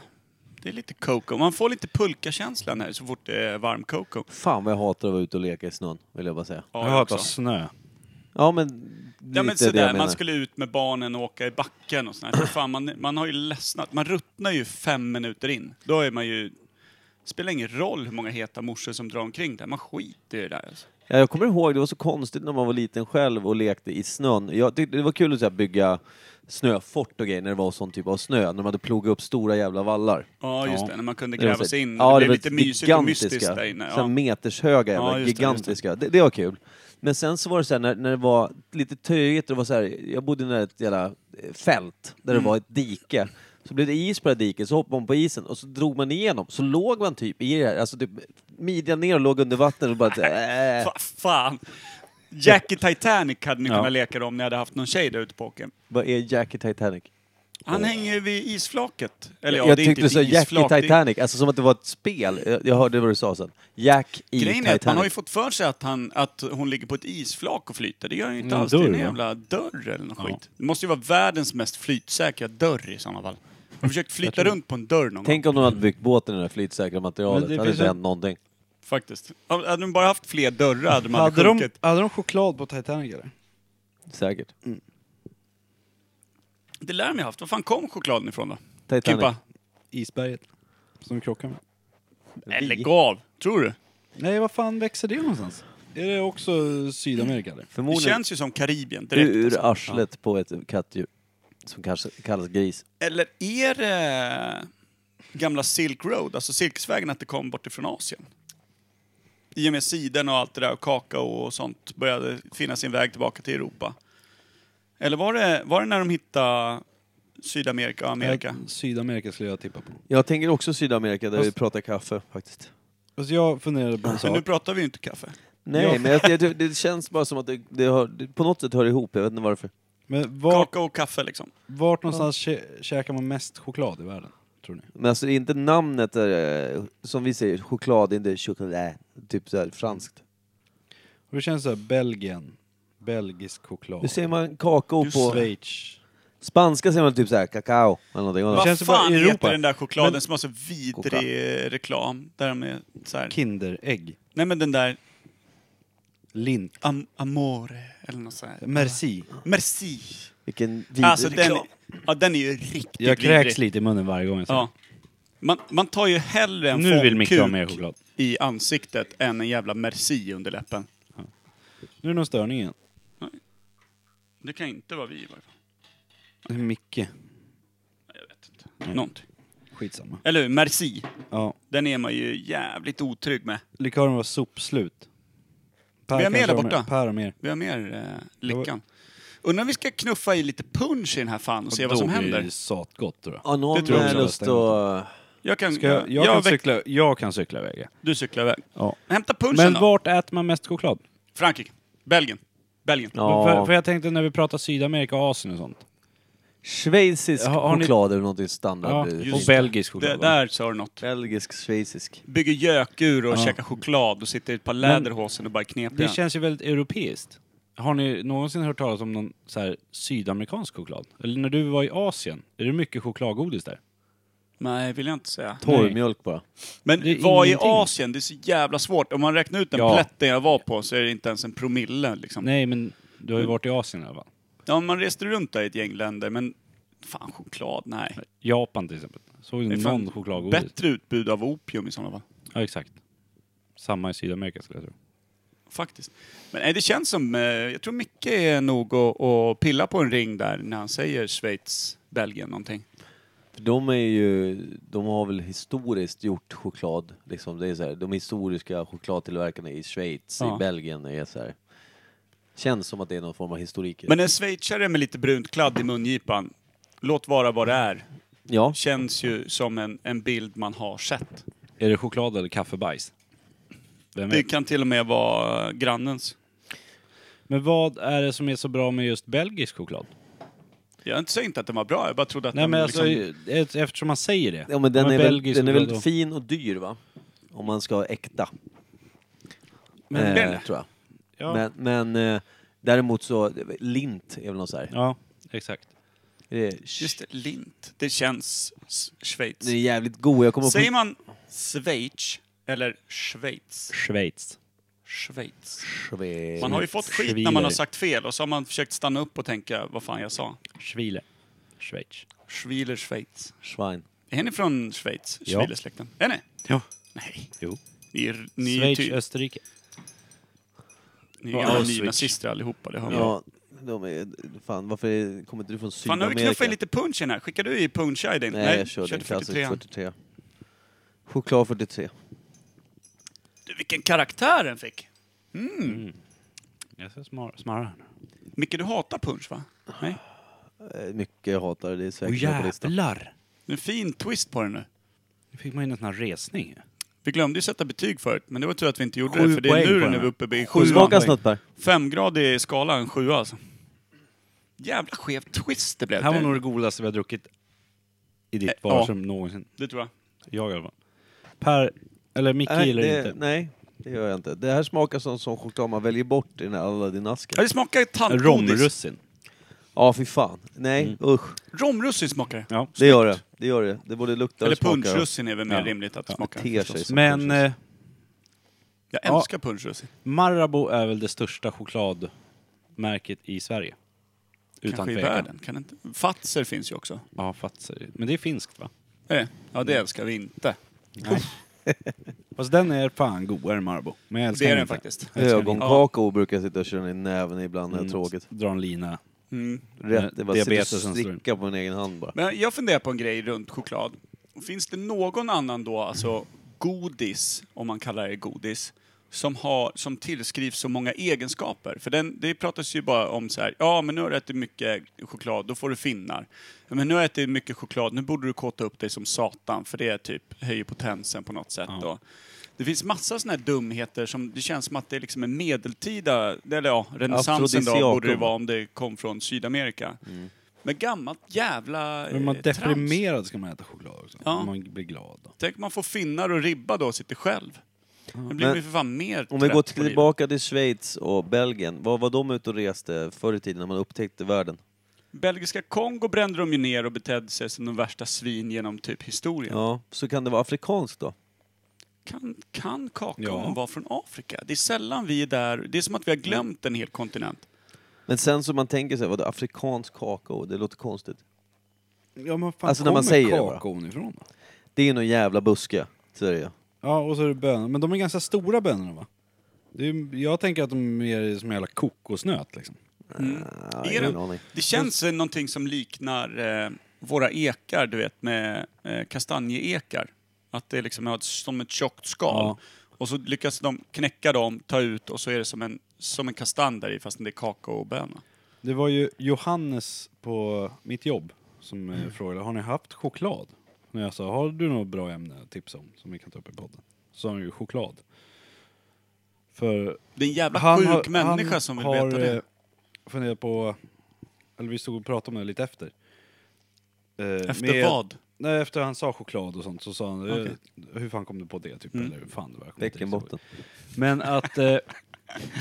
Speaker 2: Det är lite cocoa. Man får lite pulkakänsla nu så fort det är varm cocoa.
Speaker 4: Fan vad jag hatar att vara ute och leka i snön, vill jag bara säga.
Speaker 2: Ja,
Speaker 3: Jag
Speaker 2: jag
Speaker 3: hatar
Speaker 2: också.
Speaker 3: snö.
Speaker 4: Ja men, det är
Speaker 2: Ja men
Speaker 4: lite det jag
Speaker 2: sådär,
Speaker 4: menar.
Speaker 2: man skulle ut med barnen och åka i backen och sådär. För Fan, man, man har ju ledsnat. Man ruttnar ju fem minuter in. Då är man ju... spelar ingen roll hur många heta morsor som drar omkring där. Man skiter i det där. Alltså.
Speaker 4: Ja, jag kommer ihåg, det var så konstigt när man var liten själv och lekte i snön. Jag tyckte det var kul att så här, bygga snöfort och grejer när det var sån typ av snö, när de hade plogat upp stora jävla vallar.
Speaker 2: Ja, just
Speaker 3: Ja.
Speaker 2: det. När man kunde
Speaker 4: Det var
Speaker 2: gräva
Speaker 4: så-
Speaker 2: sig in.
Speaker 4: Ja,
Speaker 2: det blev
Speaker 4: var
Speaker 2: lite mysigt och mystiskt
Speaker 4: gigantiska,
Speaker 2: där inne.
Speaker 4: Så här
Speaker 2: Ja.
Speaker 4: metershöga jävla,
Speaker 2: Ja, just det, just det.
Speaker 4: gigantiska. Det, det var kul. Men sen så var det så här, när, när det var lite töjigt, och det var så här, jag bodde nära ett jävla eh, fält där
Speaker 2: Mm.
Speaker 4: det var ett dike. Så blev det is på det här diket, så hoppade man på isen och så drog man igenom, så låg man typ i det här, alltså typ midjan ner och låg under vattnet och bara så här, äh.
Speaker 2: Vad fan! Jackie Titanic hade ni
Speaker 3: Ja.
Speaker 2: kunnat leka om när jag hade haft någon tjej där ute på åkern.
Speaker 4: Vad är Jackie Titanic?
Speaker 2: Han hänger ju vid isflaket. Eller ja,
Speaker 4: jag
Speaker 2: det är inte
Speaker 4: tyckte du
Speaker 2: ett
Speaker 4: sa Jackie
Speaker 2: isflak. det är-
Speaker 4: Titanic, alltså som att det var ett spel. Jag, jag hörde vad du sa sen. Jack E i
Speaker 2: Grejen är att
Speaker 4: Titanic.
Speaker 2: man har ju fått för sig att, han, att hon ligger på ett isflak och flyter. Det gör ju inte
Speaker 3: Mm,
Speaker 2: alls. Det är en
Speaker 3: dörr, va?
Speaker 2: jävla dörr eller något skit. Det måste ju vara världens mest flytsäkra dörr i sådana fall. Har du försökt flyta runt på en dörr någon
Speaker 4: Tänk om de hade byggt båten i det här flytsäkra materialet,
Speaker 3: Men det
Speaker 4: det hade
Speaker 3: finns
Speaker 4: inte
Speaker 3: ju-
Speaker 4: hänt någonting.
Speaker 2: gång? Faktiskt. Hade de bara haft fler dörrar hade man
Speaker 7: Hade de,
Speaker 2: sjunkit.
Speaker 7: hade de choklad på Titanic eller?
Speaker 4: Säkert.
Speaker 2: Det lär de ju haft. Var fan kom chokladen ifrån då?
Speaker 4: Titanic.
Speaker 2: Kuba?
Speaker 7: Isberget. Som krockar med.
Speaker 2: Nej, lägg av! Tror du?
Speaker 7: Nej, vad fan växer det någonstans? Är det också Sydamerika eller?
Speaker 2: Det
Speaker 4: Förmodligen
Speaker 2: känns ju som Karibien direkt.
Speaker 4: ur
Speaker 2: Alltså.
Speaker 4: arslet på ett kattdjur. Som kanske kallas gris.
Speaker 2: Eller är det gamla Silk Road, alltså silkesvägen, att det kom bort ifrån Asien? I och med siden och allt det där och kakao och sånt började finna sin väg tillbaka till Europa. Eller var det, var det när de hittade Sydamerika och Amerika?
Speaker 7: Nej, Sydamerika skulle jag tippa på.
Speaker 4: Jag tänker också Sydamerika där
Speaker 7: Fast-
Speaker 4: vi pratar kaffe faktiskt.
Speaker 7: Alltså jag funderade på en
Speaker 2: Men nu
Speaker 7: sak.
Speaker 2: pratar vi ju inte kaffe.
Speaker 4: Nej, men jag, jag, det känns bara som att det, det, har, det på något sätt hör ihop, jag vet inte varför.
Speaker 7: Men vart,
Speaker 2: Kakao och kaffe liksom.
Speaker 7: vart någonstans kä- käkar man mest choklad i världen? Tror ni?
Speaker 4: Men alltså det är inte namnet, är, eh, som vi säger, choklad, det är inte choklad, typ såhär franskt.
Speaker 7: Och det känns såhär, Belgien. Belgisk choklad.
Speaker 4: Nu säger man kakao
Speaker 7: Just
Speaker 4: på...
Speaker 7: Schweiz.
Speaker 4: Spanska säger man typ såhär, kakao eller någonting.
Speaker 2: Vad
Speaker 7: känns det bara
Speaker 2: fan
Speaker 7: Europa?
Speaker 2: heter den där chokladen
Speaker 7: Men-
Speaker 2: som har så vidrig reklam? Där de är så här.
Speaker 7: Kinderägg.
Speaker 2: Nej men den där
Speaker 7: Lint.
Speaker 2: am- Amore eller något sånt här.
Speaker 7: Merci.
Speaker 2: Merci.
Speaker 4: Vilken vidrig
Speaker 2: Alltså den,
Speaker 4: reklam.
Speaker 2: ja, den är ju riktigt
Speaker 3: Jag
Speaker 2: vidrig.
Speaker 3: kräks lite i munnen varje gång jag säger
Speaker 2: Typ Ja. Man, man tar ju hellre en
Speaker 3: Nu vill Micke ha
Speaker 2: fånkuk
Speaker 3: mer choklad.
Speaker 2: i ansiktet än en jävla merci under läppen.
Speaker 3: Nu är det någon störning igen.
Speaker 2: Det kan inte vara vi i varje fall.
Speaker 7: Det är Micke.
Speaker 2: Jag vet inte. Någonting.
Speaker 7: Skitsamma.
Speaker 2: Mm. Eller hur? Merci.
Speaker 7: Ja.
Speaker 2: Den är man ju jävligt otrygg med.
Speaker 7: Likören var sopslut. Per
Speaker 2: Vi har mer
Speaker 7: kanske
Speaker 2: där
Speaker 7: har mer-
Speaker 2: borta.
Speaker 7: Per har mer.
Speaker 2: Vi har mer eh, lyckan. Undrar om vi ska knuffa i lite punch i den här fan och se vad
Speaker 7: Då
Speaker 2: som
Speaker 7: blir
Speaker 2: händer.
Speaker 7: det satgott tror jag.
Speaker 4: Ja, någon
Speaker 2: tror jag
Speaker 4: har
Speaker 7: också.
Speaker 4: lust att...
Speaker 2: Jag kan,
Speaker 3: Ska jag, jag,
Speaker 2: jag
Speaker 3: kan
Speaker 2: väck-
Speaker 3: cykla, jag kan cykla iväg.
Speaker 2: Du cyklar iväg.
Speaker 3: Ja.
Speaker 2: Hämta punchen
Speaker 3: Men
Speaker 2: då.
Speaker 3: vart äter man mest choklad?
Speaker 2: Frankrike. Belgien. Belgien.
Speaker 3: För,
Speaker 4: Ja.
Speaker 3: för jag tänkte när vi pratar Sydamerika och Asien och sånt.
Speaker 4: Schweizisk
Speaker 3: Har- har ni-
Speaker 4: choklad är väl någonting standard
Speaker 3: Ja,
Speaker 4: nu.
Speaker 3: och belgisk
Speaker 2: Det,
Speaker 3: choklad. va?
Speaker 2: där sa du något.
Speaker 4: Belgisk, schweizisk.
Speaker 2: Bygger gökur och käkar choklad och sitter i ett par läderhosen och bara är knepiga.
Speaker 3: Det känns ju väldigt europeiskt. Har ni någonsin hört talas om någon så här sydamerikansk choklad? Eller när du var i Asien, är det mycket chokladgodis där?
Speaker 2: Nej, vill jag inte säga.
Speaker 4: Torrmjölk bara.
Speaker 2: Men
Speaker 3: Det är
Speaker 2: vad är
Speaker 3: ingenting.
Speaker 2: Asien? Det är så jävla svårt. Om man räknar ut den
Speaker 3: Ja.
Speaker 2: plätten jag var på så är det inte ens en promille. Liksom.
Speaker 3: Nej, men du har
Speaker 4: Mm.
Speaker 3: ju varit i Asien i alla fall.
Speaker 2: Ja, man reste runt där i ett gäng länder, men fan choklad, nej.
Speaker 3: Japan till exempel. Såg
Speaker 2: Det
Speaker 3: du
Speaker 2: är fan
Speaker 3: någon chokladgodis?
Speaker 2: Bättre utbud av opium i sådana fall.
Speaker 3: Ja, exakt. Samma i Sydamerika skulle jag tro.
Speaker 2: Faktiskt. Men nej, det känns som, eh, jag tror Micke är nog att- att pilla på en ring där när han säger Schweiz, Belgien någonting.
Speaker 4: För de är ju, de har väl historiskt gjort choklad, liksom det är så här, de historiska chokladtillverkarna i Schweiz,
Speaker 2: Ja.
Speaker 4: i Belgien är så här. Känns som att det är någon form av historik i det.
Speaker 2: Men en schweizare med lite brunt kladd i mungipan, låt vara vad det är,
Speaker 4: Ja,
Speaker 2: känns ju som en, en bild man har sett.
Speaker 3: Är det choklad eller kaffebajs? Vem
Speaker 2: Det
Speaker 3: vet?
Speaker 2: kan till och med vara grannens.
Speaker 3: Men vad är det som är så bra med just belgisk choklad?
Speaker 2: Jag säger inte att den var bra, jag bara trodde att
Speaker 3: Nej
Speaker 2: den
Speaker 3: men alltså,
Speaker 2: liksom...
Speaker 3: e- eftersom man säger det.
Speaker 4: ja men den är, väl,
Speaker 3: belgisk
Speaker 4: den är
Speaker 3: choklad
Speaker 4: väl
Speaker 3: och-
Speaker 4: fin och dyr va? Om man ska ha äkta.
Speaker 2: Men den-
Speaker 4: tror eh, jag.
Speaker 3: Ja,
Speaker 4: Men, men eh, däremot så, lint är väl något så här.
Speaker 3: ja, exakt.
Speaker 4: Det, är,
Speaker 2: Just det, lint. Det känns s- Schweiz.
Speaker 4: det är jävligt god, jag kommer
Speaker 2: Säger
Speaker 4: på...
Speaker 2: man Schweiz eller Schweiz?
Speaker 3: Schweiz.
Speaker 2: Schweiz.
Speaker 4: Schweiz.
Speaker 2: Man har ju fått skit när man har sagt fel och så har man försökt stanna upp och tänka vad fan jag sa.
Speaker 3: Schwile. Schweiz.
Speaker 2: Schwiler Schweiz.
Speaker 4: Schwein.
Speaker 2: Är ni från Schweiz?
Speaker 3: Ja.
Speaker 2: Schwilersläkten? Är ni?
Speaker 3: Ja.
Speaker 2: Nej.
Speaker 3: Jo.
Speaker 2: Ni är, ni är, typ-
Speaker 3: Schweiz,
Speaker 2: ty,
Speaker 3: Österrike.
Speaker 2: ni är
Speaker 4: Schweiz.
Speaker 2: ju nazister allihopa, det hör man.
Speaker 4: Ja, de är, fan varför är, kommer inte du från
Speaker 2: Fan, nu har
Speaker 4: Sydamerika?
Speaker 2: vi knuffat in lite punch i den här. Skickar du i punch i din?
Speaker 4: Nej, jag körde en klassisk
Speaker 2: 43.
Speaker 4: 43. Choklad 43.
Speaker 2: Du, vilken karaktär den fick!
Speaker 3: Jag ska smara, smara här nu.
Speaker 2: Micke, du hatar punch va? Nej?
Speaker 4: Eh, Mycket jag hatar det, det är
Speaker 3: Åh
Speaker 4: säkert med på listan.
Speaker 3: jävlar!
Speaker 2: Det är en fin twist på den nu.
Speaker 3: Nu fick man ju en sån här resning.
Speaker 2: Vi glömde ju sätta betyg förut, men det var tur att vi inte gjorde
Speaker 3: Sju
Speaker 2: det, för det är
Speaker 3: poäng på
Speaker 2: nu den
Speaker 3: den
Speaker 2: är
Speaker 3: här.
Speaker 2: uppe i
Speaker 4: Smakas
Speaker 2: sjuan.
Speaker 4: något Per?
Speaker 2: Femgradig skala, en sjua alltså. Jävla skev twist det blev.
Speaker 3: Det här var
Speaker 2: det,
Speaker 3: nog det godaste vi har druckit i
Speaker 2: Eh,
Speaker 3: ditt
Speaker 2: ja.
Speaker 3: barsom någonsin.
Speaker 2: det tror jag.
Speaker 3: Jag i alla fall. Per, eller Micke
Speaker 4: Nej,
Speaker 3: gillar det,
Speaker 4: det,
Speaker 3: inte.
Speaker 4: nej, det gör jag inte. Det här smakar som, som choklad man väljer bort i den här
Speaker 2: Ja,
Speaker 4: Aladdin-asken.
Speaker 2: det smakar tandgodis.
Speaker 3: Romrussin.
Speaker 4: Ja, fy fan. Nej,
Speaker 3: Mm.
Speaker 4: usch.
Speaker 2: Romrussin smakar det.
Speaker 3: Ja.
Speaker 4: Det gör det. Det gör det. Det både luktar
Speaker 2: Eller
Speaker 4: och smakar.
Speaker 2: punschrussin är väl mer
Speaker 3: Ja.
Speaker 2: rimligt att smaka.
Speaker 4: ter
Speaker 2: förstås.
Speaker 4: sig som
Speaker 3: Men
Speaker 4: punschrussin.
Speaker 3: eh,
Speaker 2: Jag
Speaker 3: Ja.
Speaker 2: älskar punschrussin.
Speaker 3: Marabou är väl det största chokladmärket i Sverige? Utan
Speaker 2: Kanske i
Speaker 3: tvekan.
Speaker 2: världen. Kan det inte? Fatser finns ju också.
Speaker 3: Ja, fatser. Men det är finskt va?
Speaker 2: Är det? Ja,
Speaker 3: Mm.
Speaker 2: det älskar vi inte.
Speaker 3: Fast den är fan godare än Marabou. Men jag älskar
Speaker 2: Det är
Speaker 3: den
Speaker 2: den
Speaker 3: inte.
Speaker 2: faktiskt.
Speaker 3: Jag älskar den
Speaker 4: Ögonkakao brukar jag sitta och köra ner i näven ibland när det är
Speaker 3: inte.
Speaker 4: tråkigt.
Speaker 3: Dra en lina.
Speaker 2: Mm.
Speaker 4: Rätt, det var
Speaker 3: Diabetesen
Speaker 4: sitta
Speaker 3: står
Speaker 4: och
Speaker 3: in.
Speaker 4: slicka på min egen hand bara.
Speaker 2: Men jag funderar på en grej runt choklad. Finns det någon annan då, alltså godis, om man kallar det godis, som, har, som tillskrivs så många egenskaper? För den, det pratas ju bara om så här, ja men nu har du ätit mycket choklad, då får du finnar. Ja, Men nu har du ätit mycket choklad, nu borde du kåta upp dig som satan, för det är typ höjer potensen på något sätt. Då. Det finns massa sådana här dumheter som det känns som att det är liksom en medeltida, eller ja, renässansen då borde det
Speaker 4: Afrodisiakum.
Speaker 2: vara om det kom från Sydamerika. Men gammalt jävla
Speaker 3: Men man
Speaker 2: eh, trams.
Speaker 3: deprimerad ska man äta choklad också.
Speaker 2: Ja.
Speaker 3: Man blir glad. Då.
Speaker 2: Tänk om man får finnar och ribba då och sitter själv. Då blir
Speaker 4: Men
Speaker 2: man ju för fan mer
Speaker 4: Om vi går
Speaker 2: trött på livet.
Speaker 4: tillbaka till Schweiz och Belgien, vad var de ute och reste förr i tiden när man upptäckte världen?
Speaker 2: Belgiska Kongo brände de ju ner och betedde sig som de värsta svin genom typ historien.
Speaker 4: Ja, så kan det vara afrikanskt då?
Speaker 2: Kan, kan kakaon
Speaker 3: Ja.
Speaker 2: vara från Afrika? Det är sällan vi är där. Det är som att vi har glömt en hel kontinent.
Speaker 4: Men sen så man tänker sig, vadå afrikansk kakao? Det låter konstigt.
Speaker 3: Ja, men fan
Speaker 4: Alltså, när man kommer säger det bara.
Speaker 3: kakaon ifrån då?
Speaker 4: Det är någon jävla buske, säger jag.
Speaker 3: Ja, och så är det bönor. Men de är ganska stora bönorna va? Det är, jag tänker att de är mer som en jävla kokosnöt liksom.
Speaker 4: Ah,
Speaker 2: Mm. Är
Speaker 4: ingen
Speaker 2: det-
Speaker 4: aning.
Speaker 2: Det känns eh, någonting som liknar eh, våra ekar, du vet, med eh, kastanjeekar. Att det liksom är ett- som ett tjockt skal.
Speaker 3: Ja.
Speaker 2: Och så lyckas de knäcka dem, ta ut och så är det som en, som en kastanj där i fast det är kakaoböna.
Speaker 7: Det var ju Johannes på mitt jobb som eh, frågade, har ni haft choklad? När jag sa, har du något bra ämne att tipsa om som vi kan ta upp i podden? Så sa han ju choklad. För
Speaker 2: Det är en jävla
Speaker 7: han
Speaker 2: sjuk
Speaker 7: har,
Speaker 2: människa
Speaker 7: han
Speaker 2: som vill
Speaker 7: har
Speaker 2: veta det.
Speaker 7: eh, funderat på, eller vi stod och pratade om det lite efter. Eh,
Speaker 2: Efter
Speaker 7: med-
Speaker 2: vad?
Speaker 7: Nej, efter han sa choklad och sånt så sa han, eh,
Speaker 2: Okej. Mm.
Speaker 7: hur fan kom du på det? Typ, eller hur fan det var. jag kommer inte ihåg.
Speaker 4: Bäckenbotten.
Speaker 3: Men att eh,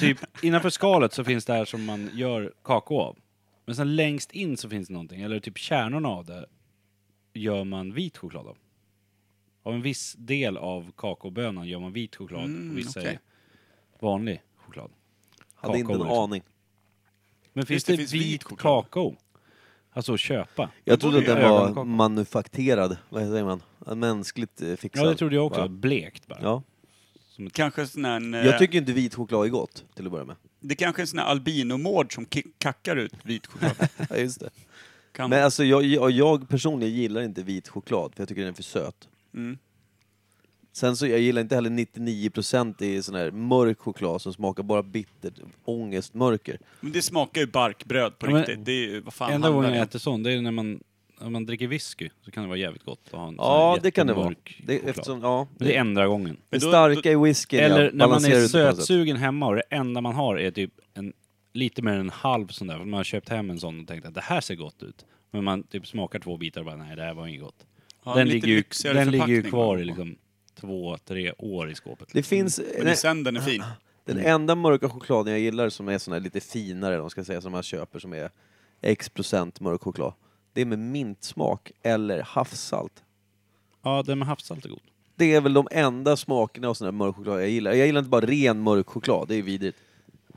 Speaker 3: typ innanför skalet så finns det här som man gör kakao av. Men sen längst in så finns det någonting, eller typ kärnorna av det gör man vit choklad av. Av en viss del av kakaobönan gör man vit choklad och vissa
Speaker 2: Mm, okej.
Speaker 3: är vanlig choklad.
Speaker 4: Hade inte en
Speaker 3: Kakao, liksom.
Speaker 4: aning.
Speaker 3: Men finns
Speaker 2: Just
Speaker 3: det,
Speaker 2: det, finns
Speaker 3: vit,
Speaker 2: vit choklad.
Speaker 3: kakao? Alltså att köpa?
Speaker 4: Jag trodde att
Speaker 2: borde
Speaker 4: den
Speaker 3: ju-
Speaker 4: var
Speaker 3: ögonkaka.
Speaker 4: manufakterad, vad säger man? Mänskligt eh, fixad.
Speaker 3: Ja, det trodde jag också.
Speaker 4: Va?
Speaker 3: Blekt bara.
Speaker 4: Ja.
Speaker 2: Kanske sån här, eh,
Speaker 4: Jag tycker inte vit choklad är gott, till att börja med.
Speaker 2: Det kanske är en sån här albinomord som kick- kackar ut vit choklad.
Speaker 4: Ja, just det.
Speaker 2: Kan
Speaker 4: Men alltså, jag, jag, jag personligen gillar inte vit choklad, för jag tycker den är för söt.
Speaker 2: Mm.
Speaker 4: Sen så, jag gillar inte heller 99% i sån här mörk choklad som smakar bara bittert ångestmörker.
Speaker 2: Men det smakar ju barkbröd på
Speaker 3: Ja, men-
Speaker 2: riktigt. Det är ju, vad fan
Speaker 3: Enda
Speaker 2: handlar
Speaker 3: gången jag
Speaker 2: det
Speaker 3: äter sån, det är när man, när man dricker whisky. Så kan det vara jävligt gott att ha en sån
Speaker 4: Ja,
Speaker 3: här
Speaker 4: det kan det vara.
Speaker 3: jättemörk
Speaker 4: Det,
Speaker 3: choklad.
Speaker 4: eftersom, ja,
Speaker 3: Men det är enda gången.
Speaker 4: det
Speaker 2: Men då-
Speaker 4: starka i whiskyn,
Speaker 3: Eller när
Speaker 4: ja,
Speaker 3: man
Speaker 4: balanserar
Speaker 3: är
Speaker 4: ut det på något sätt.
Speaker 3: sötsugen hemma och det enda man har är typ en, lite mer än en halv sån där. För man har köpt hem en sån och tänkt att det här ser gott ut. Men man typ smakar två bitar och bara nej, det här var inget gott.
Speaker 2: Ja,
Speaker 3: den
Speaker 2: lite
Speaker 3: ligger ju,
Speaker 2: lyxigare
Speaker 3: den ligger ju
Speaker 2: förpackning.
Speaker 3: kvar i liksom två, tre år i skåpet.
Speaker 4: Det finns...
Speaker 3: Mm.
Speaker 2: Men det är sen den är fin.
Speaker 4: Den enda mörka chokladen jag gillar som är sån här lite finare, de ska säga, som man köper som är X procent mörk choklad. Det är med mintsmak eller havssalt.
Speaker 3: Ja, den med havssalt är god.
Speaker 4: Det är väl de enda smakerna av sån här mörk choklad jag gillar. Jag gillar inte bara ren mörk choklad, det är ju vidrigt.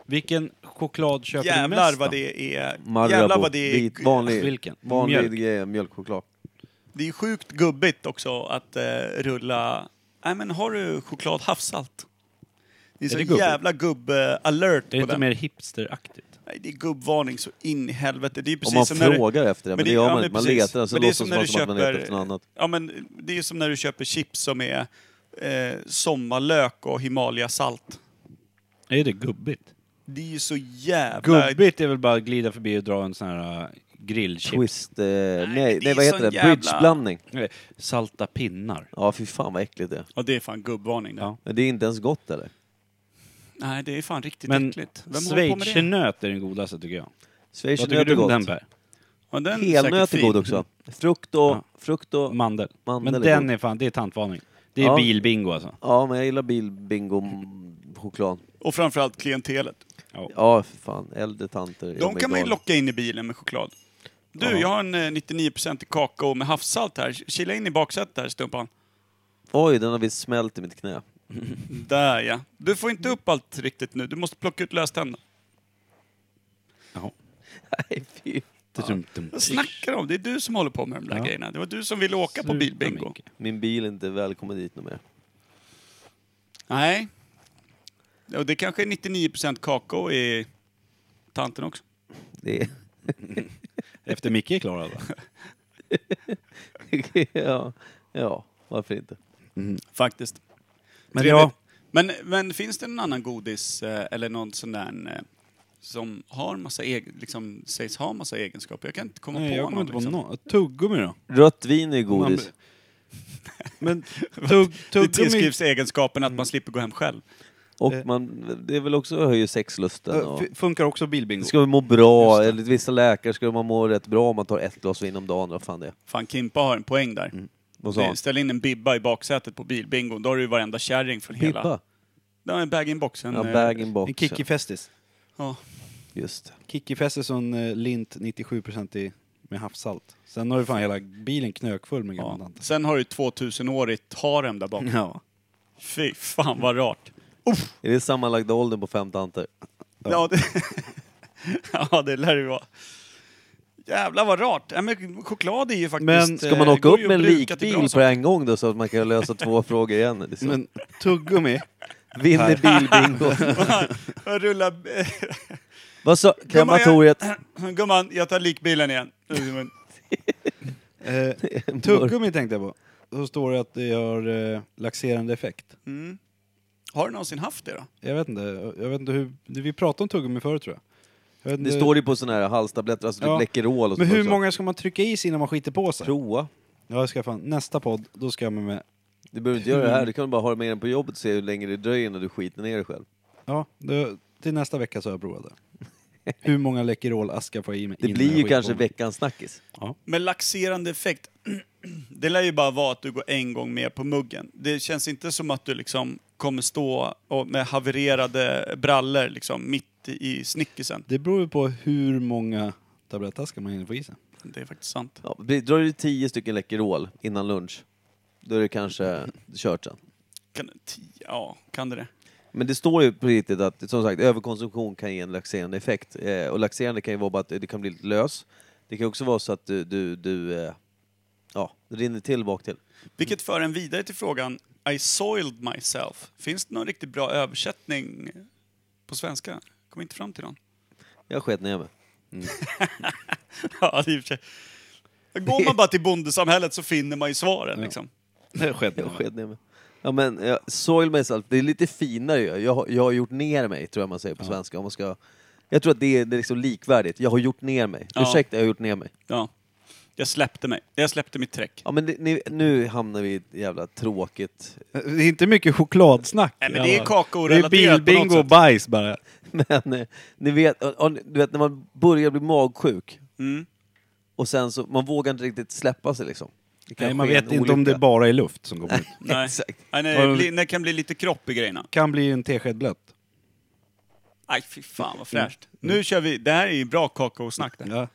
Speaker 3: Vilken choklad köper du mest?
Speaker 2: Jävlar vad
Speaker 3: då?
Speaker 2: det är...
Speaker 4: Marabou,
Speaker 2: Jävlar vad det är...
Speaker 4: vit, vanlig,
Speaker 3: Vilken?
Speaker 4: vanlig
Speaker 3: Mjölk.
Speaker 4: eh, mjölkchoklad.
Speaker 2: Det är sjukt gubbigt också att eh, rulla... Nej men har du choklad havssalt? Det är så
Speaker 3: det gubbigt?
Speaker 2: jävla gubb-alert
Speaker 3: Är det
Speaker 2: på
Speaker 3: inte
Speaker 2: den.
Speaker 3: mer hipsteraktigt?
Speaker 2: Nej, det är gubbvarning så in i helvete. Det är
Speaker 4: Om
Speaker 2: precis
Speaker 4: man
Speaker 2: som när du-
Speaker 4: frågar efter det, men det gör man inte. Man
Speaker 2: precis.
Speaker 4: letar, så
Speaker 2: Men det är
Speaker 4: låtsas man som att man letar
Speaker 2: köper-
Speaker 4: efter något annat.
Speaker 2: Ja, men det är som när du köper chips som är eh, sommarlök och Himalaya-salt.
Speaker 3: Är det gubbigt?
Speaker 2: Det är ju så jävla...
Speaker 3: Gubbigt är väl bara att glida förbi och dra en sån här äh, grillchips.
Speaker 4: Twist, eh, nej, nej,
Speaker 2: det är
Speaker 4: vad
Speaker 2: sån
Speaker 4: heter det?
Speaker 2: jävla-
Speaker 4: Bridgeblandning.
Speaker 3: Nej, Salta pinnar.
Speaker 4: Ja, fy fan vad äckligt det är.
Speaker 2: Ja, det är fan gubbvarning det.
Speaker 3: Ja.
Speaker 4: Men det är inte ens gott eller?
Speaker 2: Nej, det är fan riktigt
Speaker 3: Men
Speaker 2: äckligt. Vem håller på med det?
Speaker 3: schweizernöt är den godaste tycker jag. Vad tycker
Speaker 4: Schweizernöt är
Speaker 3: du om den
Speaker 4: gott.
Speaker 3: Per?
Speaker 2: Ja, den är säkert
Speaker 4: Helnöt är
Speaker 2: fin.
Speaker 4: god också. Frukt och...
Speaker 3: Ja.
Speaker 4: Frukt och
Speaker 3: Mandel.
Speaker 4: Mandel
Speaker 3: Men
Speaker 4: är
Speaker 3: den
Speaker 4: god.
Speaker 3: är fan, det är tantvarning. Det är
Speaker 4: Ja.
Speaker 3: bilbingo alltså.
Speaker 4: Ja, men jag gillar bilbingo choklad.
Speaker 2: Och framförallt klientelet.
Speaker 4: Ja, för fan. Äldre tanter. gör
Speaker 2: De
Speaker 4: mig
Speaker 2: kan man ju
Speaker 4: galen.
Speaker 2: locka in i bilen med choklad. Du, jag har en eh, 99% i kakao med havssalt här. Kila in i baksätet här, Stumpan.
Speaker 4: Oj, den har visst smält i mitt knä.
Speaker 2: Där ja. Du får inte upp allt riktigt nu. Du måste plocka ut löständerna.
Speaker 4: Nej, fy.
Speaker 2: Vad snackar du om? Det är du som håller på med de där
Speaker 3: Ja.
Speaker 2: grejerna. Det var du som ville åka på
Speaker 3: Sluta,
Speaker 2: bilbingo.
Speaker 3: Micke.
Speaker 4: Min bil är inte välkommen dit nu mer.
Speaker 2: Nej. Ja, Och det kanske är 99% kakao i tanten också.
Speaker 4: Det är...
Speaker 3: Efter Micke är klar alltså. va?
Speaker 4: ja. ja, varför inte?
Speaker 2: Faktiskt.
Speaker 3: Men
Speaker 2: Trevligt.
Speaker 3: ja,
Speaker 2: Men, men finns det någon annan godis eh, eller någon sån där eh, som har massa egen, liksom, sägs ha massa egenskaper? Jag kan inte komma
Speaker 3: nej,
Speaker 2: på
Speaker 3: jag kommer
Speaker 2: någon.
Speaker 3: inte på
Speaker 2: liksom.
Speaker 3: någon. Tuggummi då?
Speaker 4: Rött vin är godis.
Speaker 3: Men tugg,
Speaker 2: Det
Speaker 3: tuggummi...
Speaker 2: tillskrivs egenskapen att
Speaker 3: Mm.
Speaker 2: man slipper gå hem själv.
Speaker 4: Och
Speaker 2: Eh.
Speaker 4: man, det är väl också höjer sexlusten.
Speaker 3: Ö,
Speaker 4: Och...
Speaker 3: eh, f- Funkar också
Speaker 4: Det
Speaker 3: bilbingo.
Speaker 4: ska man må bra, eller vissa läkare ska man må rätt bra om man tar ett glas vin om dagen, vad fan det är.
Speaker 2: Fan, Kimpa har en poäng där.
Speaker 3: Mm.
Speaker 2: Eh,
Speaker 4: Vad sa han?
Speaker 2: Ställ in en bibba i baksätet på bilbingo, då har du ju varenda kärring från hela...
Speaker 4: Pippa?
Speaker 2: Ja, en bag-in-box. En,
Speaker 4: Ja,
Speaker 2: eh,
Speaker 4: bag-in-box.
Speaker 7: En Kikki Festis.
Speaker 2: ja.
Speaker 4: Just det.
Speaker 7: Kikki Festis och en eh, lint 97% i, med havssalt. Sen har du fan hela bilen knökfull med gamla
Speaker 2: Ja.
Speaker 7: tanter.
Speaker 2: Sen har du 2000-årigt harem där bak.
Speaker 7: Ja.
Speaker 2: Fy fan vad rart.
Speaker 4: Är det sammanlagda åldern på fem tanter?
Speaker 2: Ja, det, ja, det lär det ju vara. Jävlar vad rart. Ja, men choklad är ju faktiskt...
Speaker 3: Men
Speaker 4: Ska man
Speaker 2: eh,
Speaker 4: åka
Speaker 2: går
Speaker 4: upp
Speaker 2: ju
Speaker 4: med en
Speaker 2: att bruka till bra
Speaker 4: likbil på
Speaker 2: saker.
Speaker 4: en gång då så att man kan lösa två frågor igen? Det är så.
Speaker 7: Men tuggummi.
Speaker 4: Vinner bilbingo.
Speaker 2: Jag Rullar...
Speaker 4: Vad sa krematoriet?
Speaker 2: Gumman, jag tar likbilen igen.
Speaker 7: Eh, tuggummi tänkte jag på. Så står det att det har eh, laxerande effekt.
Speaker 2: Mm. Har du någonsin haft det då?
Speaker 7: Jag vet inte, jag vet inte hur... Vi pratade om tuggummi förut tror jag.
Speaker 3: Jag vet
Speaker 4: Det
Speaker 3: inte-
Speaker 4: står ju på sådana här halstabletter, alltså typ
Speaker 3: Ja.
Speaker 4: Läkerol och
Speaker 3: Men
Speaker 4: sånt
Speaker 3: hur
Speaker 4: också.
Speaker 3: många ska man trycka i sig innan man skiter på sig?
Speaker 4: Prova.
Speaker 3: Ja, jag ska fan, nästa podd, då ska jag med, med
Speaker 4: Du behöver inte göra det här, du kan bara ha det med dig på jobbet och se hur länge det dröjer innan du skiter ner dig själv.
Speaker 3: ja, då, till nästa vecka så har jag provat det. Hur många Läkerol-askar får jag i mig
Speaker 4: Det
Speaker 3: innan
Speaker 4: blir
Speaker 3: jag
Speaker 4: ju
Speaker 3: skiter
Speaker 4: kanske
Speaker 3: på mig?
Speaker 4: veckans snackis.
Speaker 2: Men laxerande effekt, det lär ju bara vara att du går en gång mer på muggen. Det känns inte som att du liksom kommer stå och med havererade brallor liksom mitt i snickisen.
Speaker 3: Det beror ju på hur många tablettaskar man hinner få i sig.
Speaker 2: Det är faktiskt sant.
Speaker 4: Ja, det- drar du tio stycken Läkerol innan lunch, då är det kanske kört sen.
Speaker 2: Kan, tio, ja, kan det det?
Speaker 4: Men det står ju på riktigt att som sagt, överkonsumtion kan ge en laxerande effekt. Eh, och laxerande kan ju vara bara att det kan bli lite lös. Det kan också vara så att du, du, du eh, ja, det rinner till bak till.
Speaker 2: Vilket för en vidare till frågan I soiled myself. Finns det någon riktigt bra översättning på svenska? Kom inte fram till någon.
Speaker 4: Jag sket ner mig.
Speaker 2: Ja, det är i och för sig. Går man bara till bondesamhället så finner man ju svaren liksom.
Speaker 3: Det skedde.
Speaker 4: Jag sket ner mig. Ja, men, eh, soil myself, det är lite finare ju. Jag, har- jag har gjort ner mig, tror jag man säger på svenska. Om man ska, jag tror att det är, det är liksom likvärdigt. Jag har gjort ner mig.
Speaker 2: Ja.
Speaker 4: Ursäkta, jag har gjort ner mig.
Speaker 2: Ja. Jag släppte mig. Jag släppte mitt träck.
Speaker 4: Ja, men det, ni, nu hamnar vi i ett jävla tråkigt...
Speaker 3: Det är inte mycket chokladsnack.
Speaker 2: Nej, men det
Speaker 3: Det
Speaker 2: är
Speaker 3: är
Speaker 2: kakaorelaterat på
Speaker 3: bilbingo och
Speaker 2: något sätt.
Speaker 3: bajs bara.
Speaker 4: Men eh, ni vet, och, och, du vet, när man börjar bli magsjuk
Speaker 2: Mm.
Speaker 4: och sen så, man vågar inte riktigt släppa sig liksom. Det kan
Speaker 3: Nej, man
Speaker 4: ske
Speaker 3: vet
Speaker 4: en
Speaker 3: inte om det
Speaker 4: olycka.
Speaker 3: bara är luft som kommer ut.
Speaker 2: Nej.
Speaker 4: Exakt.
Speaker 2: Nej, nej, det, blir, det kan bli lite kropp i grejerna.
Speaker 3: Kan bli en tesked blött.
Speaker 2: Aj, fy fan vad fräscht. Nu kör vi. Det här är ju bra kakaosnack där.
Speaker 3: Ja.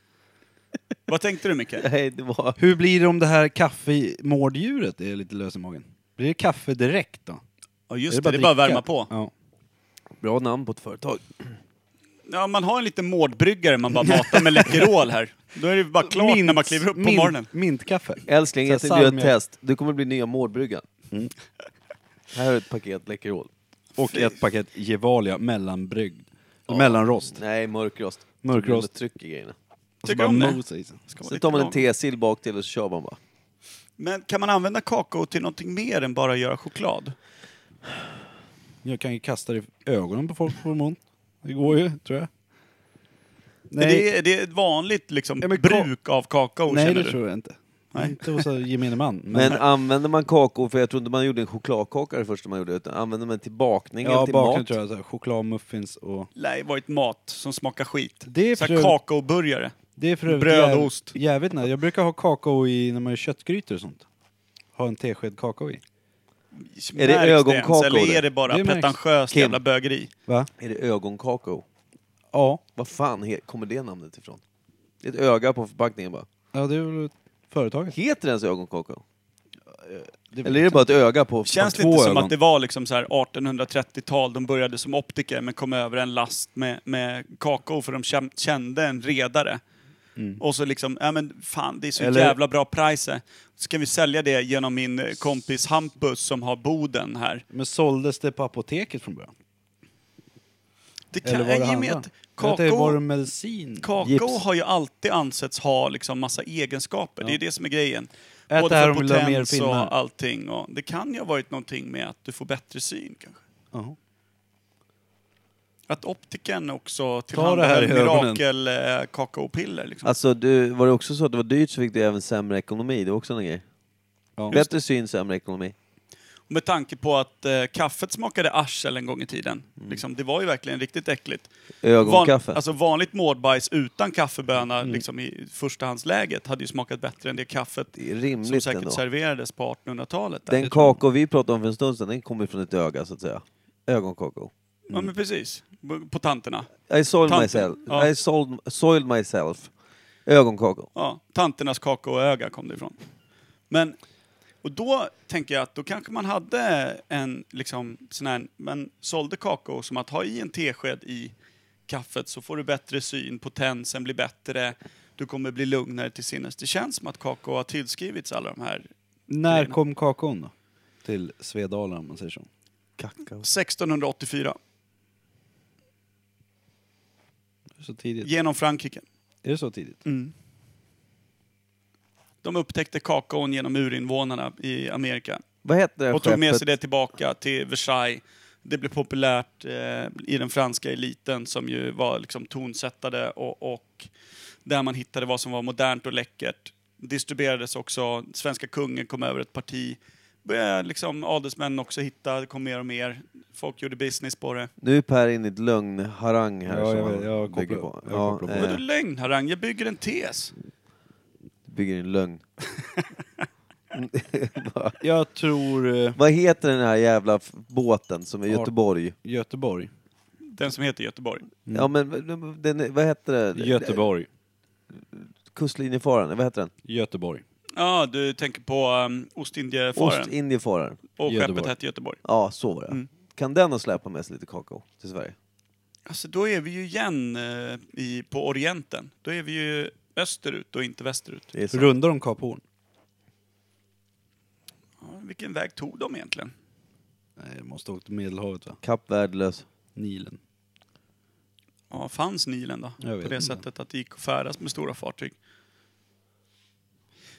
Speaker 2: Vad tänkte du Micke?
Speaker 4: Nej, det var...
Speaker 3: Hur blir det om det här kaffemorddjuret är lite lös i magen? Blir det kaffe direkt då?
Speaker 2: Ja, just
Speaker 3: Är
Speaker 2: det. Det är bara att värma på.
Speaker 3: Ja.
Speaker 4: Bra namn på ett företag.
Speaker 2: Ja, man har en liten mårdbryggare man bara matar med Läkerol här. Då är det bara klart när man kliver upp på
Speaker 3: mint,
Speaker 2: morgonen.
Speaker 3: Mintkaffe.
Speaker 4: Älskling, jag
Speaker 3: Så
Speaker 4: tänkte göra ett
Speaker 3: salmiak.
Speaker 4: test. Du kommer bli nya Mårdbryggan. Här är ett paket Läkerol.
Speaker 3: Och ett paket Gevalia mellanbryggd. Mellanrost.
Speaker 4: Nej, mörkrost.
Speaker 3: Mörkrost.
Speaker 4: Det blir tryck i grejerna.
Speaker 2: Tycker du om det?
Speaker 3: mosa i sig.
Speaker 2: Ska
Speaker 4: Sen
Speaker 2: lite
Speaker 4: tar man en
Speaker 2: lång.
Speaker 4: tesill bak till och så kör man bara.
Speaker 2: Men kan man använda kakao till någonting mer än bara göra choklad?
Speaker 3: Jag kan ju kasta det i ögonen på folk på morgonen. Det går ju, tror jag.
Speaker 2: Nej.
Speaker 3: Nej,
Speaker 2: Det, är, det är ett vanligt liksom,
Speaker 3: Ja, men ka-
Speaker 2: bruk av kakao,
Speaker 3: nej
Speaker 2: känner
Speaker 3: det
Speaker 2: du?
Speaker 3: tror jag inte.
Speaker 2: Nej.
Speaker 3: Inte hos gemene man.
Speaker 4: Men använder man kakao, för jag tror inte man gjorde en chokladkaka det första man gjorde, utan använder man till bakning eller
Speaker 3: ja,
Speaker 4: till
Speaker 3: bakgrund
Speaker 4: mat.
Speaker 3: tror jag. Så här, choklad, muffins och...
Speaker 2: Nej, varit mat som smakar skit.
Speaker 3: Det är
Speaker 2: Så
Speaker 3: för-
Speaker 2: här kakaoburgare.
Speaker 3: Det är för övrigt
Speaker 2: Bröd och
Speaker 3: jäv-
Speaker 2: ost.
Speaker 3: Jävligt nice. Jag brukar ha kakao i när man gör köttgrytor och sånt. Ha en tesked kakao i.
Speaker 2: Är
Speaker 4: det ögonkakao
Speaker 2: Eller
Speaker 4: det?
Speaker 2: är det bara
Speaker 3: Det märks.
Speaker 2: pretentiöst
Speaker 4: Kim.
Speaker 2: jävla bögeri?
Speaker 3: Va?
Speaker 4: Är det ögonkakao?
Speaker 3: Ja.
Speaker 4: Vad fan he- kommer det namnet ifrån? Det är ett öga på förpackningen bara.
Speaker 3: Ja, det är väl företaget.
Speaker 4: Heter det ens ögonkakao?
Speaker 2: Eh,
Speaker 4: Eller är det bara ett öga på
Speaker 2: Känns
Speaker 4: på två
Speaker 2: lite som
Speaker 4: ögon?
Speaker 2: att det var liksom så här 1830-tal, de började som optiker men kom över en last med, med kakao för de käm- kände en redare. Och så liksom, ja men fan det är så
Speaker 3: Mm. Eller-
Speaker 2: jävla bra price. Ska vi sälja det genom min eh, kompis Hampus som har boden här?
Speaker 3: Men såldes det på apoteket från början?
Speaker 2: Det kan, Äh,
Speaker 3: Eller var det
Speaker 2: i och med
Speaker 3: handlade?
Speaker 2: att
Speaker 3: Eller var det
Speaker 2: kakao,
Speaker 3: medicin?
Speaker 2: kakao
Speaker 4: Gips.
Speaker 2: har ju alltid ansetts ha liksom massa egenskaper, det är ju det som är grejen.
Speaker 3: Ät
Speaker 2: Både
Speaker 3: det här
Speaker 2: för
Speaker 3: om du vill ha mer
Speaker 2: potens
Speaker 3: pinnar.
Speaker 2: och allting. Och det kan ju ha varit någonting med att du får bättre syn kanske.
Speaker 3: Ja.
Speaker 2: Att optiken också
Speaker 3: här
Speaker 2: tillhandahöll
Speaker 3: i ögonen.
Speaker 2: mirakel-kakaopiller. Liksom.
Speaker 4: Alltså, du, var det också så att det var dyrt så fick du även sämre ekonomi? Det var också en grej.
Speaker 3: Ja.
Speaker 4: Bättre syn, sämre ekonomi.
Speaker 2: Och Med tanke på att eh, kaffet smakade arsel en gång i tiden. Liksom, det var ju verkligen riktigt äckligt.
Speaker 4: Mm. Ögonkaffe. Mm.
Speaker 2: alltså vanligt mårdbajs utan kaffeböna liksom, i förstahandsläget hade ju smakat bättre än det kaffet
Speaker 4: det är
Speaker 2: som
Speaker 4: rimligt
Speaker 2: säkert
Speaker 4: ändå.
Speaker 2: serverades på 1800-talet. där.
Speaker 4: Den kakao vi pratade om för en stund sedan, den kommer från ett öga så att säga. Ögonkakao.
Speaker 2: Ja men precis. På tanterna.
Speaker 4: I soiled
Speaker 2: Tanten.
Speaker 4: myself.
Speaker 2: Ja.
Speaker 4: I sold, soiled myself. Ögonkakao.
Speaker 2: Ja, tanternas kakaoöga kom det ifrån. Men, och då tänker jag att då kanske man hade en, liksom, sån här, men sålde kakao som att ha i en tesked i kaffet så får du bättre syn, potensen blir bättre, du kommer bli lugnare till sinnes. Det känns som att kakao har tillskrivits alla de här
Speaker 3: När kom kakaon då? Till Svedala om man säger så.
Speaker 4: Kakao.
Speaker 2: 1684,
Speaker 3: Så tidigt.
Speaker 2: genom Frankrike.
Speaker 3: Är det så tidigt?
Speaker 2: De upptäckte kakaon genom urinvånarna i Amerika.
Speaker 4: Vad hette det här
Speaker 2: Och tog med sig
Speaker 4: skeppet?
Speaker 2: det tillbaka till Versailles Det blev populärt eh, i den franska eliten som ju var liksom tonsättade och, och där man hittade vad som var modernt och läckert. Distribuerades också, svenska kungen kom över ett parti. Började liksom adelsmän också hitta, det kom mer och mer. Folk gjorde business på det.
Speaker 4: Nu är Per inne i ett lögnharang här
Speaker 3: Ja,
Speaker 4: som
Speaker 3: jag vet,
Speaker 4: han
Speaker 3: jag kopplar-
Speaker 4: bygger på.
Speaker 3: jag
Speaker 4: Ja,
Speaker 3: kopplar på.
Speaker 4: eh,
Speaker 2: Vadå lögn Harang? Jag bygger en tes.
Speaker 4: bygger en lögn.
Speaker 3: Jag tror eh,
Speaker 4: Vad heter den här jävla f- båten som är i
Speaker 3: Ar-
Speaker 4: Göteborg?
Speaker 3: Göteborg.
Speaker 2: Den som heter Göteborg.
Speaker 4: Ja men v- v- den, vad hette det?
Speaker 3: Mm. Göteborg.
Speaker 4: Kustlinjefararen, vad hette den?
Speaker 3: Göteborg.
Speaker 2: Ja, du tänker på um, Ostindiefararen
Speaker 4: Ostindiefararen.
Speaker 2: och skeppet
Speaker 3: Göteborg.
Speaker 2: hette Göteborg.
Speaker 4: Ja, så var det.
Speaker 2: Mm.
Speaker 4: Kan den ha släpat med sig lite kakao till Sverige?
Speaker 2: Alltså då är vi ju igen eh, i, på Orienten. Då är vi ju österut och inte västerut.
Speaker 4: Det är sant.
Speaker 3: Rundar de Kap Horn?
Speaker 2: Ja, vilken väg tog de egentligen?
Speaker 3: Nej, de måste ha åkt till Medelhavet va?
Speaker 4: Kapp värdelös.
Speaker 3: Nilen.
Speaker 2: Ja, fanns Nilen då?
Speaker 3: Jag vet
Speaker 2: På det
Speaker 3: inte.
Speaker 2: sättet att det gick att färdas med stora fartyg.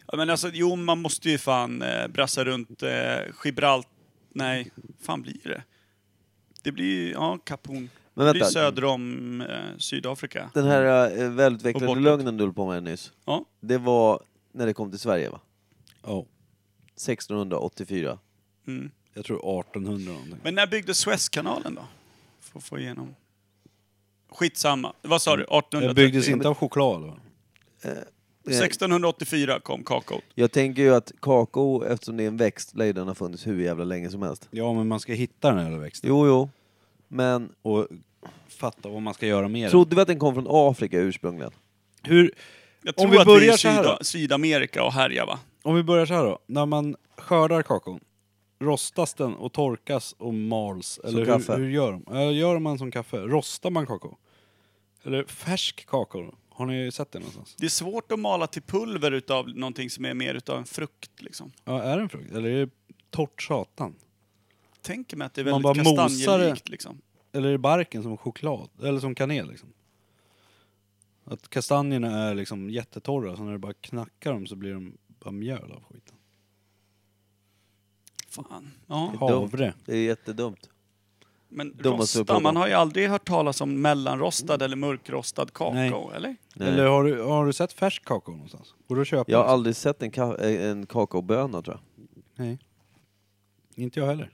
Speaker 2: Ja, men alltså, jo, man måste ju fan eh, brassa runt eh, Gibralt... Nej, fan blir det? Det blir ju, ja, Kap Horn.
Speaker 4: Men
Speaker 2: Det blir
Speaker 4: vänta.
Speaker 2: söder om eh, Sydafrika.
Speaker 4: Den här eh,
Speaker 2: Och
Speaker 4: välutvecklade
Speaker 2: bortåt.
Speaker 4: lögnen du höll på med nyss.
Speaker 2: Ja.
Speaker 4: Det var när det kom till Sverige va?
Speaker 3: Ja.
Speaker 4: 1684.
Speaker 2: Mm.
Speaker 3: Jag tror 1800 någonting.
Speaker 2: Men när byggdes Suezkanalen då? För att få igenom. Skitsamma. Vad sa du? 1830?
Speaker 3: Mm. Det byggdes inte eh. av choklad va?
Speaker 2: 1684 kom kakaot.
Speaker 4: Jag tänker ju att kakao, eftersom det är en växt, lär ju den ha funnits hur jävla länge som helst.
Speaker 3: Ja, men man ska hitta den här jävla växten.
Speaker 4: Jo, jo. Men
Speaker 3: Och fatta vad man ska göra med den.
Speaker 4: trodde vi att den kom från Afrika ursprungligen?
Speaker 3: Hur,
Speaker 2: Jag tror
Speaker 3: Om vi
Speaker 2: att vi är
Speaker 3: börjar
Speaker 2: i
Speaker 3: så här
Speaker 2: Syda-
Speaker 3: då.
Speaker 2: Sydamerika och härjar va?
Speaker 3: om vi börjar så här då. När man skördar kakaon, rostas den och torkas och mals? Eller
Speaker 4: kaffe.
Speaker 3: hur, hur gör de? Eller gör man som kaffe? Rostar man kakao? Eller färsk kakao? Har ni sett det någonstans?
Speaker 2: Det är svårt att mala till pulver utav någonting som är mer utav en frukt liksom.
Speaker 3: Ja, är det en frukt? Eller är det torrt satan?
Speaker 2: Tänker mig att det är
Speaker 3: Man
Speaker 2: väldigt
Speaker 3: bara mosar
Speaker 2: kastanjelikt liksom.
Speaker 3: Eller är det barken som choklad? Eller som kanel liksom? Att kastanjerna är liksom jättetorra, så när du bara knackar dem så blir de bara mjöl av skiten.
Speaker 2: Fan. Ja.
Speaker 3: Havre.
Speaker 4: Det är jättedumt.
Speaker 2: Men
Speaker 4: De måste
Speaker 2: rosta,
Speaker 4: prova.
Speaker 2: man har ju aldrig hört talas om mellanrostad eller mörkrostad kakao, eller?
Speaker 4: Nej.
Speaker 3: Eller har du, har du sett färsk kakao någonstans? Går du att köpa?
Speaker 4: Jag har
Speaker 3: liksom?
Speaker 4: aldrig sett en, ka- eh, en kakaoböna tror jag.
Speaker 3: Nej. Inte jag heller.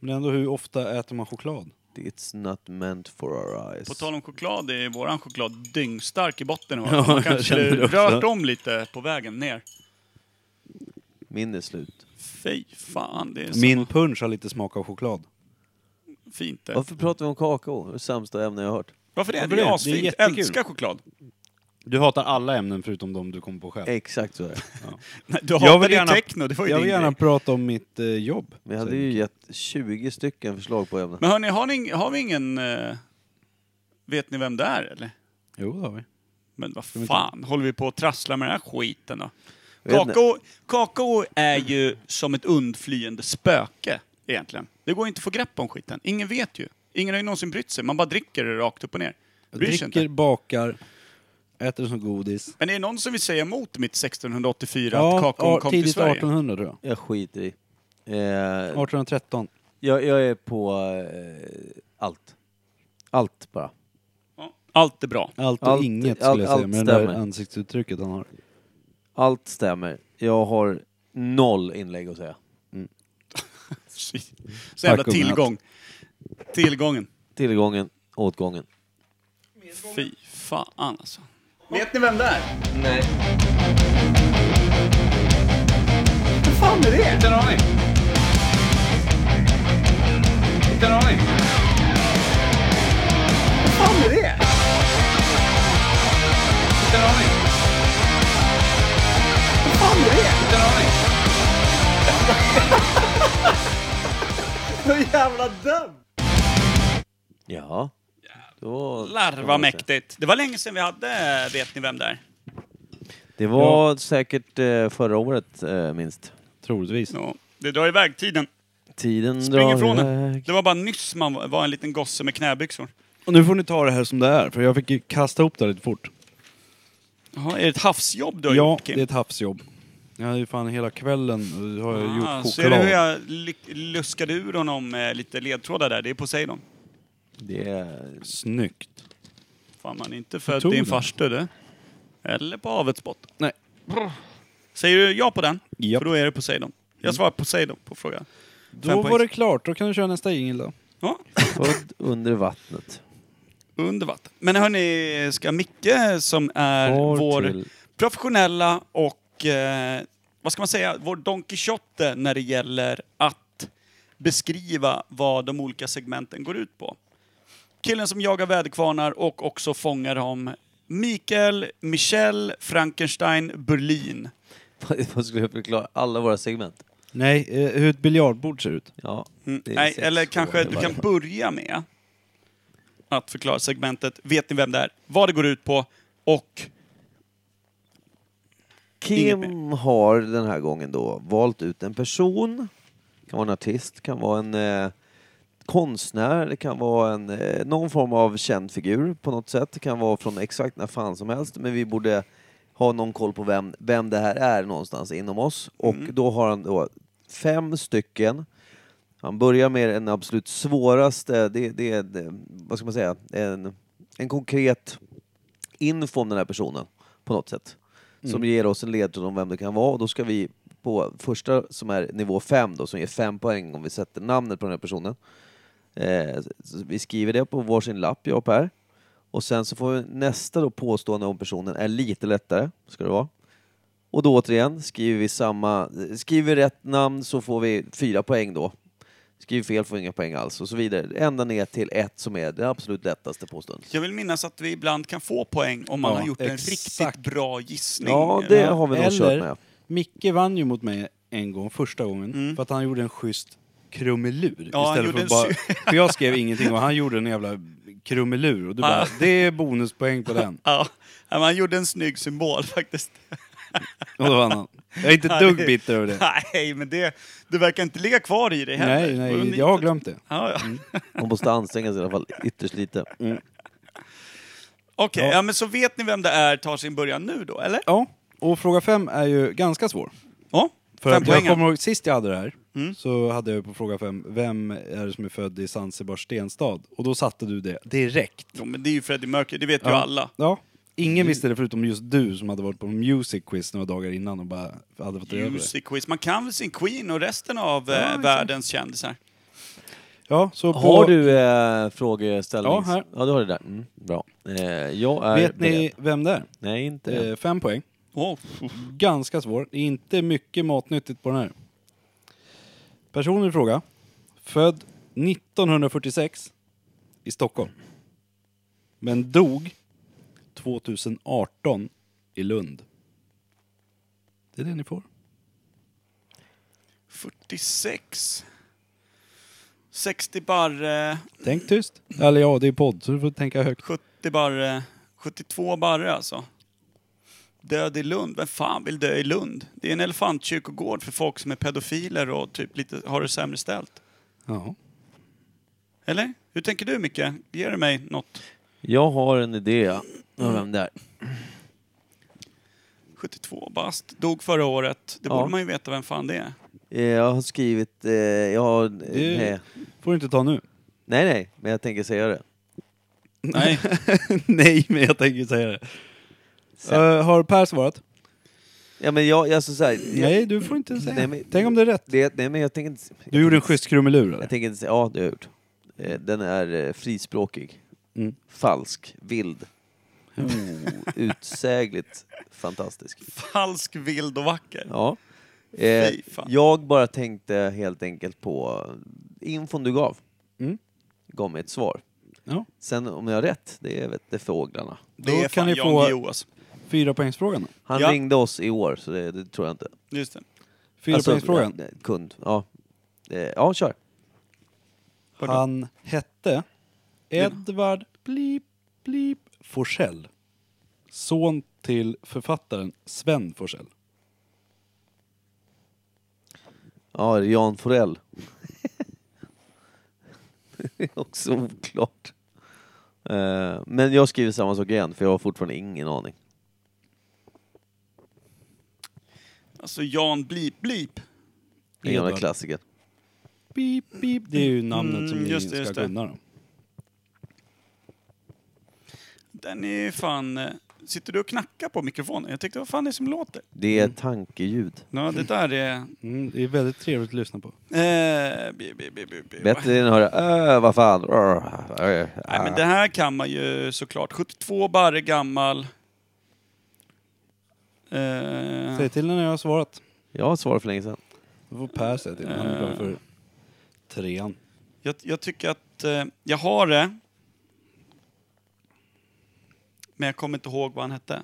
Speaker 3: Men ändå, hur ofta äter man choklad?
Speaker 4: It's not meant for our eyes.
Speaker 2: På tal om choklad, är våran choklad dyngstark i botten.
Speaker 3: Ja,
Speaker 2: Ja, man
Speaker 3: jag
Speaker 2: kanske
Speaker 3: känner det också.
Speaker 2: rört om lite på vägen ner.
Speaker 4: Min är slut.
Speaker 2: Fy fan, det är så
Speaker 3: Min punch har lite smak av choklad.
Speaker 2: fint det.
Speaker 4: Varför pratar vi om kakao? Det sämsta ämne jag har hört.
Speaker 2: Varför det?
Speaker 3: Varför
Speaker 2: det
Speaker 3: det?
Speaker 2: är
Speaker 3: Det är
Speaker 2: asfint.
Speaker 3: jättekul.
Speaker 2: Älskar choklad.
Speaker 3: Du hatar alla ämnen förutom de du kom på själv.
Speaker 4: Exakt så är det.
Speaker 2: Nej, du hatar
Speaker 3: vill
Speaker 2: ju
Speaker 3: gärna-
Speaker 2: techno, det var ju
Speaker 3: Jag
Speaker 2: din
Speaker 3: vill gärna
Speaker 2: grej.
Speaker 3: prata om mitt eh, jobb.
Speaker 4: Men jag hade
Speaker 3: säger
Speaker 4: ju
Speaker 3: Micke.
Speaker 4: gett 20 stycken förslag på ämnen.
Speaker 2: Men hörni, har, ni, ing- har vi ingen... eh, vet ni vem det är eller?
Speaker 3: Jo, det har vi.
Speaker 2: Men vad fan, håller vi på att trassla med den här skiten då?
Speaker 4: vet inte.
Speaker 2: Kakao, kakao är ju som ett undflyende spöke egentligen. Det går inte att få grepp om skiten. Ingen vet ju. Ingen har ju någonsin brytt sig. Man bara dricker det rakt upp och ner.
Speaker 3: Jag
Speaker 2: Bryr sig
Speaker 3: dricker,
Speaker 2: inte.
Speaker 3: bakar, äter som godis.
Speaker 2: Men är det någon som vill säga emot mitt 1684 att
Speaker 3: Ja,
Speaker 2: kakaon
Speaker 3: ja,
Speaker 2: kom till
Speaker 3: tidigt
Speaker 2: Sverige?
Speaker 3: 1800 tror jag.
Speaker 4: Jag skiter i. Eh,
Speaker 3: 1813.
Speaker 4: jag, jag är på eh, allt. Allt bara.
Speaker 2: Ja, Allt är bra.
Speaker 3: Allt och
Speaker 4: Allt-
Speaker 3: inget skulle
Speaker 4: allt-
Speaker 3: jag säga
Speaker 4: allt
Speaker 3: med det där
Speaker 4: stämmer.
Speaker 3: ansiktsuttrycket han har.
Speaker 4: Allt stämmer. Jag har noll inlägg att säga.
Speaker 2: Så jävla
Speaker 3: Tack och godnatt.
Speaker 2: tillgång. Tillgången.
Speaker 4: Tillgången, åtgången.
Speaker 2: Fy fan alltså. Vet ni vem det är? Nej. Vad fan är det? Inte en aning. Inte en aning. Vad fan är det? Inte en aning. Vad fan är det? Inte en aning.
Speaker 4: Ja. Då,
Speaker 2: Larva mäktigt. Det var länge sedan vi hade eh, Vet ni vem det är?
Speaker 4: Det var säkert eh, förra året eh, minst.
Speaker 3: Troligtvis.
Speaker 2: Ja, det drar iväg tiden.
Speaker 4: Tiden
Speaker 2: Spring
Speaker 4: drar
Speaker 2: ifrån den.
Speaker 4: iväg.
Speaker 2: Det var bara nyss man var en liten gosse med knäbyxor.
Speaker 3: Och nu får ni ta det här som det är, för jag fick ju kasta ihop det här lite fort.
Speaker 2: Jaha, är det ett havsjobb du har
Speaker 3: Ja,
Speaker 2: gjort
Speaker 3: det är
Speaker 2: Kim?
Speaker 3: ett havsjobb. Jag hade ju fan hela kvällen eh, har jag
Speaker 2: Ah,
Speaker 3: gjort
Speaker 2: ser du hur
Speaker 3: choklad.
Speaker 2: jag ly- luskade ur honom eh, lite ledtrådar där? Det är Poseidon.
Speaker 4: Det är...
Speaker 3: Snyggt.
Speaker 2: Fan, man är inte född
Speaker 3: tog
Speaker 2: i en
Speaker 3: den.
Speaker 2: farstu du. Eller på havets botten.
Speaker 3: Nej.
Speaker 2: Säger du ja på den?
Speaker 3: Japp. Mm.
Speaker 2: För då är det Poseidon. Jag svarar Poseidon på frågan.
Speaker 3: Då
Speaker 2: poäng.
Speaker 3: var det klart, då kan du köra nästa jingel då.
Speaker 2: Ja,
Speaker 4: Född under vattnet.
Speaker 2: under vatten. Men hörni, ska Micke som är
Speaker 4: Far
Speaker 2: vår
Speaker 4: till-
Speaker 2: professionella och, eh, vad ska man säga, vår Don Quixote när det gäller att beskriva vad de olika segmenten går ut på. Killen som jagar väderkvarnar och också fångar dem. Mikael, Michel, Frankenstein, Berlin.
Speaker 4: Vad skulle jag förklara? Alla våra segment.
Speaker 3: Nej, eh, hur ett biljardbord ser ut.
Speaker 4: Ja.
Speaker 2: Mm.
Speaker 4: det är
Speaker 2: Nej,
Speaker 4: sex
Speaker 2: eller
Speaker 4: år
Speaker 2: kanske du
Speaker 4: varje.
Speaker 2: kan börja med att förklara segmentet. Vet ni vem det är? Vad det går ut på? Och Inget
Speaker 4: Kim har den här gången då valt ut en person. Det kan vara en artist, kan vara en eh, konstnär, det kan vara en, eh, någon form av känd figur på något sätt. Det kan vara från exakt när fan som helst. Men vi borde ha någon koll på vem, vem det här är någonstans inom oss. Och då har han då fem stycken. Han börjar med den absolut svåraste, det, det, det vad ska man säga, en, en konkret info om den här personen på något sätt. Som ger oss en ledtråd om vem det kan vara och då ska vi på första som är nivå 5 då, som ger 5 poäng om vi sätter namnet på den här personen. Eh, så vi skriver det på varsin lapp, jag och Per. Och sen så får vi nästa då påstående om personen är lite lättare, ska det vara. Och då återigen, skriver vi samma, skriver vi rätt namn så får vi fyra poäng då. Skriver fel får vi inga poäng alls och så vidare. Ända ner till ett som är det absolut lättaste påståendet.
Speaker 2: jag vill minnas att vi ibland kan få poäng om man
Speaker 3: Ja,
Speaker 2: har gjort
Speaker 3: exakt.
Speaker 2: en riktigt bra gissning.
Speaker 4: Ja, det har vi nog kört
Speaker 3: Eller,
Speaker 4: med.
Speaker 3: Micke vann ju mot mig en gång, första gången, för att han gjorde en schysst krumelur
Speaker 2: Mm. Ja, han
Speaker 3: istället för
Speaker 2: gjorde
Speaker 3: att bara...
Speaker 2: en
Speaker 3: För jag skrev ingenting och han gjorde en jävla krumelur och du bara,
Speaker 2: Ah.
Speaker 3: det är bonuspoäng på den.
Speaker 2: Ja, men han gjorde en snygg symbol faktiskt.
Speaker 3: Och då vann han. Jag är inte ett dugg bitter över det.
Speaker 2: Nej, men det, det verkar inte ligga kvar i dig heller.
Speaker 3: Nej,
Speaker 2: Och
Speaker 3: nej,
Speaker 2: ni-
Speaker 3: jag Mm. har glömt det.
Speaker 2: Ja, ja.
Speaker 4: Man måste anstränga sig i alla fall ytterst lite. Mm.
Speaker 2: Okej, ja. men så vet ni vem det är tar sin början nu då, eller?
Speaker 3: Ja, och fråga fem är ju ganska svår.
Speaker 2: Ja,
Speaker 3: För
Speaker 2: fem
Speaker 3: att jag
Speaker 2: poäng.
Speaker 3: kommer ihåg, sist jag hade det här,
Speaker 2: Mm.
Speaker 3: så hade jag på fråga fem, vem är det som är född i Zanzibars stenstad? Och då satte du det direkt.
Speaker 2: Jo, men det är ju Freddie Mercury, det vet ju
Speaker 3: Ja.
Speaker 2: alla. Mm.
Speaker 3: Ja. Ingen visste det förutom just du som hade varit på music quiz några dagar innan och bara hade fått över det.
Speaker 2: Music quiz. Man kan väl sin Queen och resten av eh, världens kändisar.
Speaker 3: Ja, så på,
Speaker 4: Har du eh, frågeställning?
Speaker 3: Ja, här.
Speaker 4: Ja, du har det där. Mm, bra. Eh, jag är
Speaker 3: Vet ni
Speaker 4: beredd.
Speaker 3: vem det är?
Speaker 4: Nej, inte än.
Speaker 3: Eh, fem poäng.
Speaker 2: Åh,
Speaker 3: Ganska svår. Det är Inte mycket matnyttigt på den här. Personen i fråga, född 1946 i Stockholm. Men dog 2018 i Lund. Det är det ni får.
Speaker 2: 46. 60 barre,
Speaker 3: Tänk tyst. Eller ja, det är podd så du får tänka högt.
Speaker 2: 70 barre, 72 eh, barre alltså. Död i Lund. Vem fan vill dö i Lund? Det är en elefantkyrkogård för folk som är pedofiler och typ lite har det sämre ställt.
Speaker 3: Ja.
Speaker 2: Eller? Hur tänker du Micke? Ger du mig något?
Speaker 4: Jag har en idé om vem det är.
Speaker 2: 72 bast, dog förra året. Det
Speaker 4: Ja.
Speaker 2: borde man ju veta vem fan det är.
Speaker 4: Eh, Jag har skrivit... Eh, jag har, eh,
Speaker 3: Det-
Speaker 4: nej.
Speaker 3: Får du inte ta nu.
Speaker 4: nej, nej, men jag tänker säga det.
Speaker 2: Nej,
Speaker 3: Nej, men jag tänker säga det.
Speaker 4: Sen.
Speaker 3: Eh, har Per svarat?
Speaker 4: Ja, men jag... jag, så, så här, jag
Speaker 3: Nej, du får inte säga.
Speaker 4: Nej, men-
Speaker 3: Tänk om det är rätt.
Speaker 4: det, nej, men jag tänker inte...
Speaker 3: Du gjorde en schysst krumelur
Speaker 4: Jag
Speaker 3: eller?
Speaker 4: tänker inte säga... Ja, det har jag gjort. Eh, den är eh, frispråkig.
Speaker 3: Mm.
Speaker 4: Falsk. Vild. Utsägligt fantastisk.
Speaker 2: falsk, vild och vacker.
Speaker 4: Ja. Eh,
Speaker 2: Fy fan.
Speaker 4: jag bara tänkte helt enkelt på infon du gav.
Speaker 3: Mm.
Speaker 4: Gav mig ett svar.
Speaker 3: Ja.
Speaker 4: Sen om jag har rätt, det vet det fåglarna.
Speaker 2: Det
Speaker 3: Då
Speaker 2: är
Speaker 3: kan
Speaker 2: fan
Speaker 3: ni
Speaker 2: Jan
Speaker 3: få-
Speaker 2: Guillou alltså.
Speaker 3: Fyra poängsfrågan då.
Speaker 4: Han
Speaker 2: Ja.
Speaker 4: ringde oss i år, så det, det tror jag inte.
Speaker 2: Just det.
Speaker 3: Fyra poängsfrågan.
Speaker 4: eh, Kund. Ja. Eh, ja, kör.
Speaker 2: Pardon.
Speaker 3: Han hette Edvard Blip Blip Forsell. Son till författaren Sven Forsell.
Speaker 4: Ja, det är Jan Forell. det är också oklart. Eh, men jag skriver samma sak igen, för jag har fortfarande ingen aning.
Speaker 2: Alltså Jan Blip Blip.
Speaker 4: Den gamla
Speaker 3: Edvard.
Speaker 4: klassikern.
Speaker 3: Beep, beep. Det är ju namnet som
Speaker 2: Mm,
Speaker 3: ni
Speaker 2: just det, just
Speaker 3: ska
Speaker 2: det.
Speaker 3: kunna då.
Speaker 2: Den är ju fan... eh, Sitter du och knackar på mikrofonen? Jag tänkte, vad fan är det som låter?
Speaker 4: Det är tankeljud.
Speaker 2: Ja, det där är...
Speaker 3: Mm, det är väldigt trevligt att lyssna på.
Speaker 2: Eh, bi, bi, bi, bi, bi.
Speaker 4: Bättre än att höra öh, vad fan. Rrr, äh,
Speaker 2: Nej, men det här kan man ju såklart. 72 barre gammal. Eh,
Speaker 3: Säg till när jag har svarat.
Speaker 4: Jag har svarat för länge sedan.
Speaker 3: Då får Per säga till. Han är klar för trean.
Speaker 2: jag, jag tycker att eh, jag har det. Men jag kommer inte ihåg vad han hette.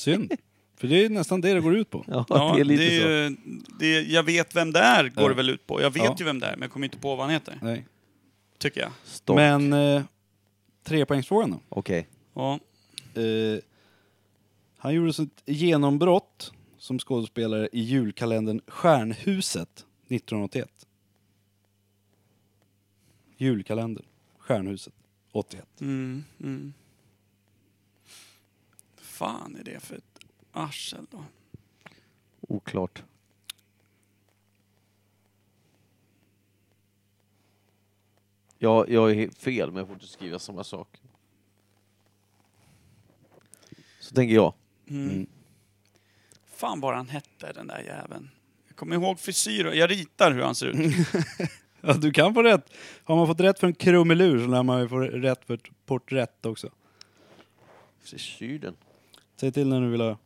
Speaker 3: Synd. För det är nästan det det går ut på.
Speaker 4: Ja, det är lite
Speaker 2: det är
Speaker 4: så.
Speaker 2: ju, det är, jag vet vem det är, går
Speaker 3: Ja.
Speaker 2: det väl ut på. Jag vet
Speaker 3: Ja.
Speaker 2: ju vem det är, men jag kommer inte på vad han heter.
Speaker 3: Nej.
Speaker 2: Tycker jag.
Speaker 4: Stopp.
Speaker 3: Men eh, trepoängsfrågan då.
Speaker 4: Okej.
Speaker 2: Ja.
Speaker 3: Eh, han gjorde sitt genombrott som skådespelare i julkalendern Stjärnhuset 1981. Julkalender. Stjärnhuset 81.
Speaker 2: Mm, mm. Fan är det för ett arsel då?
Speaker 4: Oklart. Jag, jag är he- fel, men jag får inte skriva samma sak. Så tänker jag.
Speaker 2: Mm. Fan vad han hette, den där jäveln. Jag kommer ihåg frisyr och jag ritar hur han ser ut.
Speaker 3: Ja, du kan få rätt. Har man fått rätt för en krumelur så lär man ju få rätt för ett porträtt också.
Speaker 4: Frisyren.
Speaker 3: Säg till när du vill ha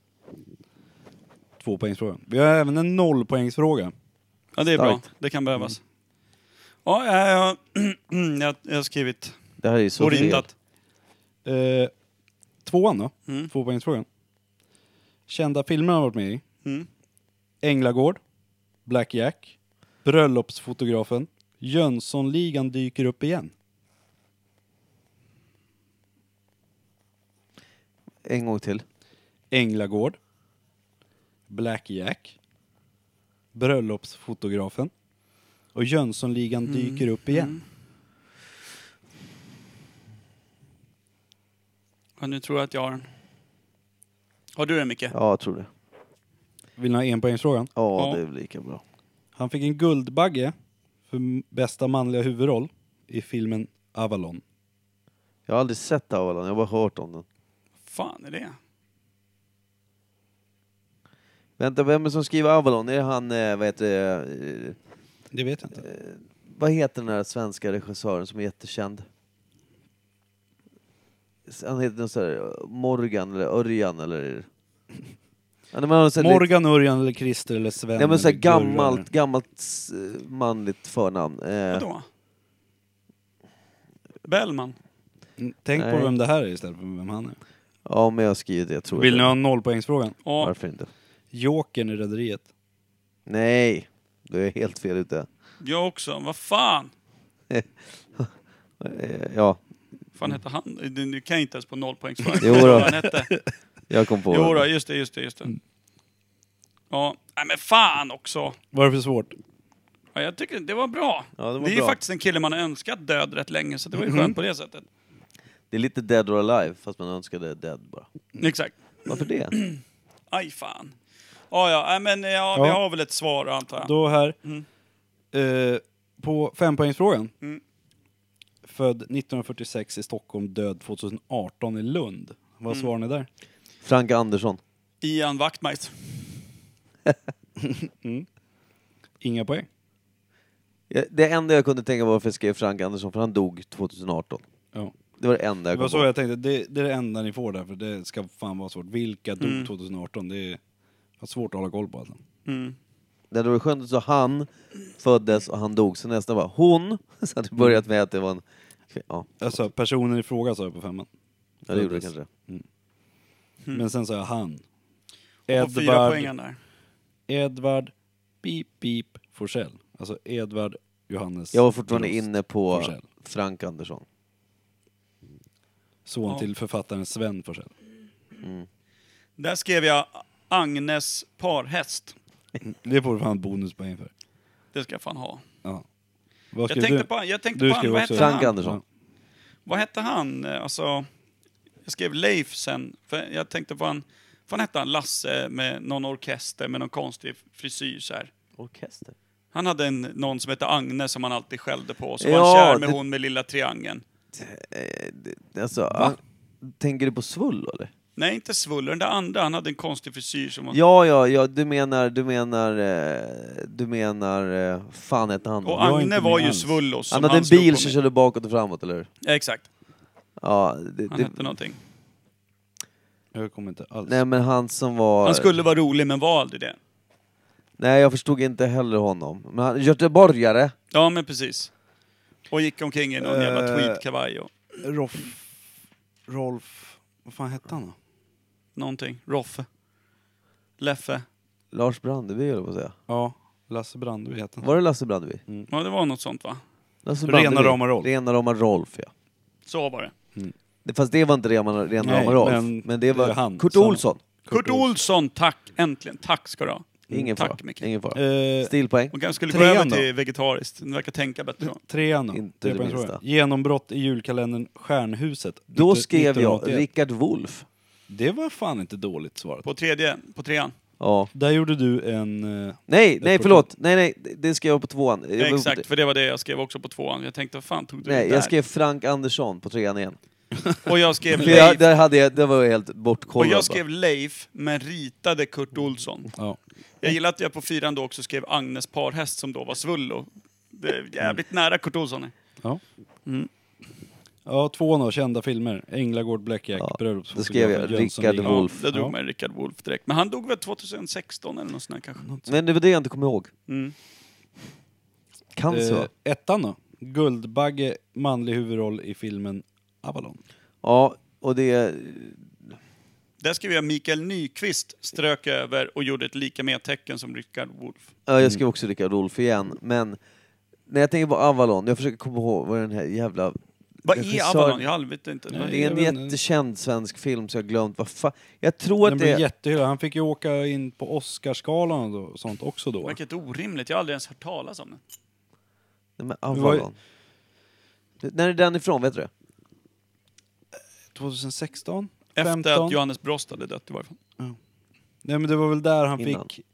Speaker 3: tvåpoängsfrågan. Vi har även en nollpoängsfråga.
Speaker 2: Ja, det är bra.
Speaker 4: Starkt. Mm.
Speaker 2: Det kan behövas. Ja, jag, jag, jag, jag har skrivit
Speaker 4: Det här är så
Speaker 2: och
Speaker 4: fel.
Speaker 2: ritat.
Speaker 3: Eh, tvåan då,
Speaker 2: Mm.
Speaker 3: tvåpoängsfrågan. Kända filmer han varit med i.
Speaker 2: Mm.
Speaker 3: Änglagård, Black Jack, Bröllopsfotografen, Jönssonligan dyker upp igen.
Speaker 4: En gång till.
Speaker 3: Änglagård, Black Jack, Bröllopsfotografen och Jönssonligan
Speaker 2: Mm.
Speaker 3: dyker upp igen.
Speaker 2: Ja, nu tror jag att jag har den. Har du den, Micke?
Speaker 4: Ja, jag tror det.
Speaker 3: Vill ni ha enpoängsfrågan?
Speaker 4: Ja,
Speaker 2: Ja.
Speaker 4: det är väl lika bra.
Speaker 3: Han fick en Guldbagge för m- bästa manliga huvudroll i filmen Avalon.
Speaker 4: Jag har aldrig sett Avalan, jag har bara hört om den.
Speaker 2: fan är
Speaker 4: Äh.
Speaker 2: det?
Speaker 4: Vänta, vem är det som skriver Avalon? Är det han, eh, vad heter det, eh,
Speaker 3: Det vet jag inte.
Speaker 4: Vad heter den här svenska regissören som är jättekänd? Han heter något sådär eh, Morgan eller Örjan eller... Ja, men han har sån lite-
Speaker 3: Morgan, Örjan eller Christer eller Sven.
Speaker 4: Nej men såhär
Speaker 3: eller Gurra eller-
Speaker 4: gammalt, gammalt eh, manligt förnamn. Eh,
Speaker 2: Vadå? Bellman?
Speaker 3: Mm, Tänk
Speaker 4: Nej.
Speaker 3: på vem det här är istället för vem han är.
Speaker 4: ja men jag har skrivit det tror jag.
Speaker 3: Vill ni ha nollpoängsfrågan?
Speaker 2: Ja.
Speaker 4: Varför inte?
Speaker 3: Jokern i Rederiet.
Speaker 4: Nej! Du är jag helt fel ute.
Speaker 2: Jag också. Vad fan?
Speaker 4: Eh, ja,
Speaker 2: fan hette han? Du, du kan inte ens på nollpoängsfrågan.
Speaker 4: Jo då.
Speaker 2: Han hette.
Speaker 4: jag kom på
Speaker 2: Jo
Speaker 4: den.
Speaker 2: då, just det, just det, just
Speaker 4: Mm.
Speaker 2: det. Ja, nej men fan också!
Speaker 3: Var det för svårt?
Speaker 2: Ja, jag tycker det var bra.
Speaker 4: Ja, det var
Speaker 2: är
Speaker 4: bra.
Speaker 2: faktiskt en kille man har önskat död rätt länge, så det var ju
Speaker 3: Mm-hmm.
Speaker 2: skönt på det sättet.
Speaker 4: Det är lite Dead or Alive fast man önskade Dead bara.
Speaker 2: Exakt.
Speaker 4: Varför det?
Speaker 2: Aj fan. Ja, ja, nej, men ja, vi
Speaker 3: Ja.
Speaker 2: har väl ett svar antar jag.
Speaker 3: Då här.
Speaker 2: Mm.
Speaker 3: Eh, på fempoängsfrågan.
Speaker 2: Mm.
Speaker 3: Född 1946 i Stockholm, död 2018 i Lund. Vad svarar ni där?
Speaker 4: Frank Andersson.
Speaker 2: Ian Wachtmeister.
Speaker 3: Inga poäng.
Speaker 4: Ja, Det enda jag kunde tänka på varför jag skrev Frank Andersson, för han dog 2018.
Speaker 3: Ja.
Speaker 4: Det var det enda
Speaker 3: Det
Speaker 4: jag
Speaker 3: var
Speaker 4: kom
Speaker 3: så
Speaker 4: på.
Speaker 3: jag tänkte, det, det är det enda ni får där för det ska fan vara svårt. Vilka dog 2018? Det är fan svårt att hålla koll på alltså.
Speaker 2: Mm.
Speaker 4: Det hade varit skönt att så han föddes och han dog, så nästan bara hon. Så hade det börjat med att det var en... Ja,
Speaker 3: Alltså personen i fråga sa jag på femman.
Speaker 4: ja det gjorde det kanske.
Speaker 3: Men sen sa jag han.
Speaker 2: Mm. På fyra
Speaker 3: Edvard,
Speaker 2: poängen där.
Speaker 3: Edvard, beep beep, Forsell. Alltså Edvard Johannes
Speaker 4: Jag var fortfarande
Speaker 3: Proust
Speaker 4: inne på
Speaker 3: Forsell.
Speaker 4: Frank Andersson.
Speaker 3: Son
Speaker 2: Ja.
Speaker 3: till författaren Sven Forsell.
Speaker 2: Där skrev jag Agnes parhäst.
Speaker 3: Det får du fan bonuspoäng för.
Speaker 2: Det ska jag fan ha.
Speaker 3: Ja. Vad
Speaker 2: Jag
Speaker 3: skrev
Speaker 2: tänkte
Speaker 3: du?
Speaker 2: på, jag tänkte
Speaker 3: Du
Speaker 2: på han,
Speaker 3: skrev
Speaker 2: vad
Speaker 3: också-
Speaker 2: hette
Speaker 4: Frank
Speaker 2: han?
Speaker 4: Andersson.
Speaker 2: Vad hette han? eh, Alltså, jag skrev Leif sen, för jag tänkte på han... Vad hette han? Lasse med någon orkester med någon konstig frisyr så här.
Speaker 4: Orkester?
Speaker 2: Han hade en, någon som hette Agne som han alltid skällde på. Så var
Speaker 4: Ja,
Speaker 2: han kär med
Speaker 4: det-
Speaker 2: hon med lilla triangeln.
Speaker 4: Eh, det- Alltså, ah, tänker du på Svull eller?
Speaker 2: Nej, inte Svull. Den där andra, han hade en konstig frisyr som var...
Speaker 4: Ja, ja, ja, du menar, du menar, eh, du menar, eh, fan hette han?
Speaker 2: Och
Speaker 3: Jag är
Speaker 2: Agne
Speaker 3: inte
Speaker 2: var
Speaker 3: med
Speaker 2: ju
Speaker 3: alls.
Speaker 2: Svullos. som
Speaker 4: Han hade en
Speaker 2: slog
Speaker 4: bil
Speaker 2: på
Speaker 4: som
Speaker 2: mig.
Speaker 4: körde bakåt och framåt, eller hur?
Speaker 2: Ja, Exakt.
Speaker 4: Ja, det,
Speaker 2: Han
Speaker 4: det,
Speaker 2: hette någonting.
Speaker 3: Jag kommer inte alls...
Speaker 4: nej men han som var...
Speaker 2: Han skulle vara rolig men var aldrig det.
Speaker 4: Nej, jag förstod inte heller honom. Men han, göteborgare!
Speaker 2: Ja, men precis. Och gick omkring i någon jävla
Speaker 3: Eh.
Speaker 2: tweedkavaj och
Speaker 3: Rolf... Rolf... Vad fan hette han då?
Speaker 2: någonting. Roffe. Leffe.
Speaker 4: Lars Brandeby höll jag på att säga.
Speaker 3: Ja, Lasse Brandeby hette han.
Speaker 4: Var det Lasse Brandeby?
Speaker 2: Ja, det var något sånt va?
Speaker 4: Lasse
Speaker 3: Mm. Rena rama Rolf.
Speaker 4: Rena rama Rolf, ja.
Speaker 2: Så var det.
Speaker 4: Det- Fast det var inte rena, rena
Speaker 3: Nej,
Speaker 4: rama Rolf. Men,
Speaker 3: men
Speaker 4: det var
Speaker 3: det är han,
Speaker 4: Kurt
Speaker 3: samma.
Speaker 4: Olsson.
Speaker 2: Kurt Olsson, tack! Äntligen. Tack ska du ha.
Speaker 4: Ingen fara.
Speaker 2: Tack Micke.
Speaker 4: Ingen fara.
Speaker 3: Mm, Eh,
Speaker 4: Stilpoäng.
Speaker 2: Och kanske skulle gå
Speaker 3: Trean
Speaker 2: över
Speaker 3: då?
Speaker 2: till vegetariskt. Du verkar tänka bättre. då.
Speaker 3: Trean.
Speaker 4: Inte det
Speaker 3: Trepoängsfrågan.
Speaker 4: minsta.
Speaker 3: Genombrott i julkalendern Stjärnhuset.
Speaker 4: Då
Speaker 3: 19-
Speaker 4: skrev jag
Speaker 3: 1981.
Speaker 4: Rickard Wolff.
Speaker 3: Det var fan inte dåligt svarat.
Speaker 2: På tredje, på trean.
Speaker 4: Ja.
Speaker 3: Där gjorde du en... eh,
Speaker 4: Nej, nej
Speaker 3: tror-
Speaker 4: förlåt. Nej, nej, det- det skrev jag på tvåan. Jag var-
Speaker 2: Exakt, för det var det jag skrev också på tvåan. Jag tänkte, vad fan tog du
Speaker 4: Nej,
Speaker 2: det
Speaker 4: jag
Speaker 2: där?
Speaker 4: skrev Frank Andersson på trean igen.
Speaker 2: Och jag skrev
Speaker 4: För jag,
Speaker 2: Leif.
Speaker 4: där hade jag, det var jag helt
Speaker 2: Och
Speaker 4: bortkollad.
Speaker 2: jag skrev Leif, men ritade Kurt Olsson.
Speaker 3: Ja.
Speaker 2: Jag gillar att jag på fyran då också skrev Agnes parhäst som då var Svullo. Det är jävligt nära Kurt Olsson.
Speaker 3: Ja.
Speaker 2: Mm.
Speaker 3: Ja, tvåan då. Kända filmer. Änglagård, Blackjack,
Speaker 4: Ja,
Speaker 3: Bröllopsfotograf,
Speaker 4: det skrev jag. Rickard
Speaker 2: Ja,
Speaker 4: Wolff.
Speaker 2: det drog
Speaker 3: Ja.
Speaker 2: mig Rickard Wolff direkt. Men han dog väl 2016 eller något sånt där kanske?
Speaker 4: Men det var det jag inte kommer ihåg.
Speaker 2: Mm.
Speaker 4: Cancer va?
Speaker 3: Eh, ettan då. Guldbagge, manlig huvudroll i filmen Avalon.
Speaker 4: Ja, och det...
Speaker 2: Där skrev jag Mikael Nyqvist, strök över och gjorde ett lika med tecken som Rickard Wolff.
Speaker 4: Ja, jag
Speaker 3: Mm.
Speaker 4: skrev också Rickard Wolff igen, men... När jag tänker på Avalon, jag försöker komma ihåg vad den här jävla...
Speaker 2: Vad är
Speaker 4: Regissör-
Speaker 2: Avalon? Jag har aldrig vet inte.
Speaker 3: Nej.
Speaker 4: Det är en
Speaker 3: jag vet inte.
Speaker 4: jättekänd svensk film så jag har glömt vad fan... Jag tror
Speaker 3: Den
Speaker 4: att
Speaker 3: blev
Speaker 4: det...
Speaker 3: jättehyllad. Han fick ju åka in på Oscarsgalan och då- sånt också
Speaker 2: Det
Speaker 3: då.
Speaker 2: verkar inte orimligt. Jag har aldrig ens hört talas om det.
Speaker 4: Nej, men
Speaker 3: Det var ju-
Speaker 4: Avalon. När är den ifrån, vet du det?
Speaker 3: 2016?
Speaker 2: Efter
Speaker 3: 15?
Speaker 2: att Johannes Brost hade dött i varje fall.
Speaker 3: Nej men det var väl där han
Speaker 4: Innan.
Speaker 3: fick...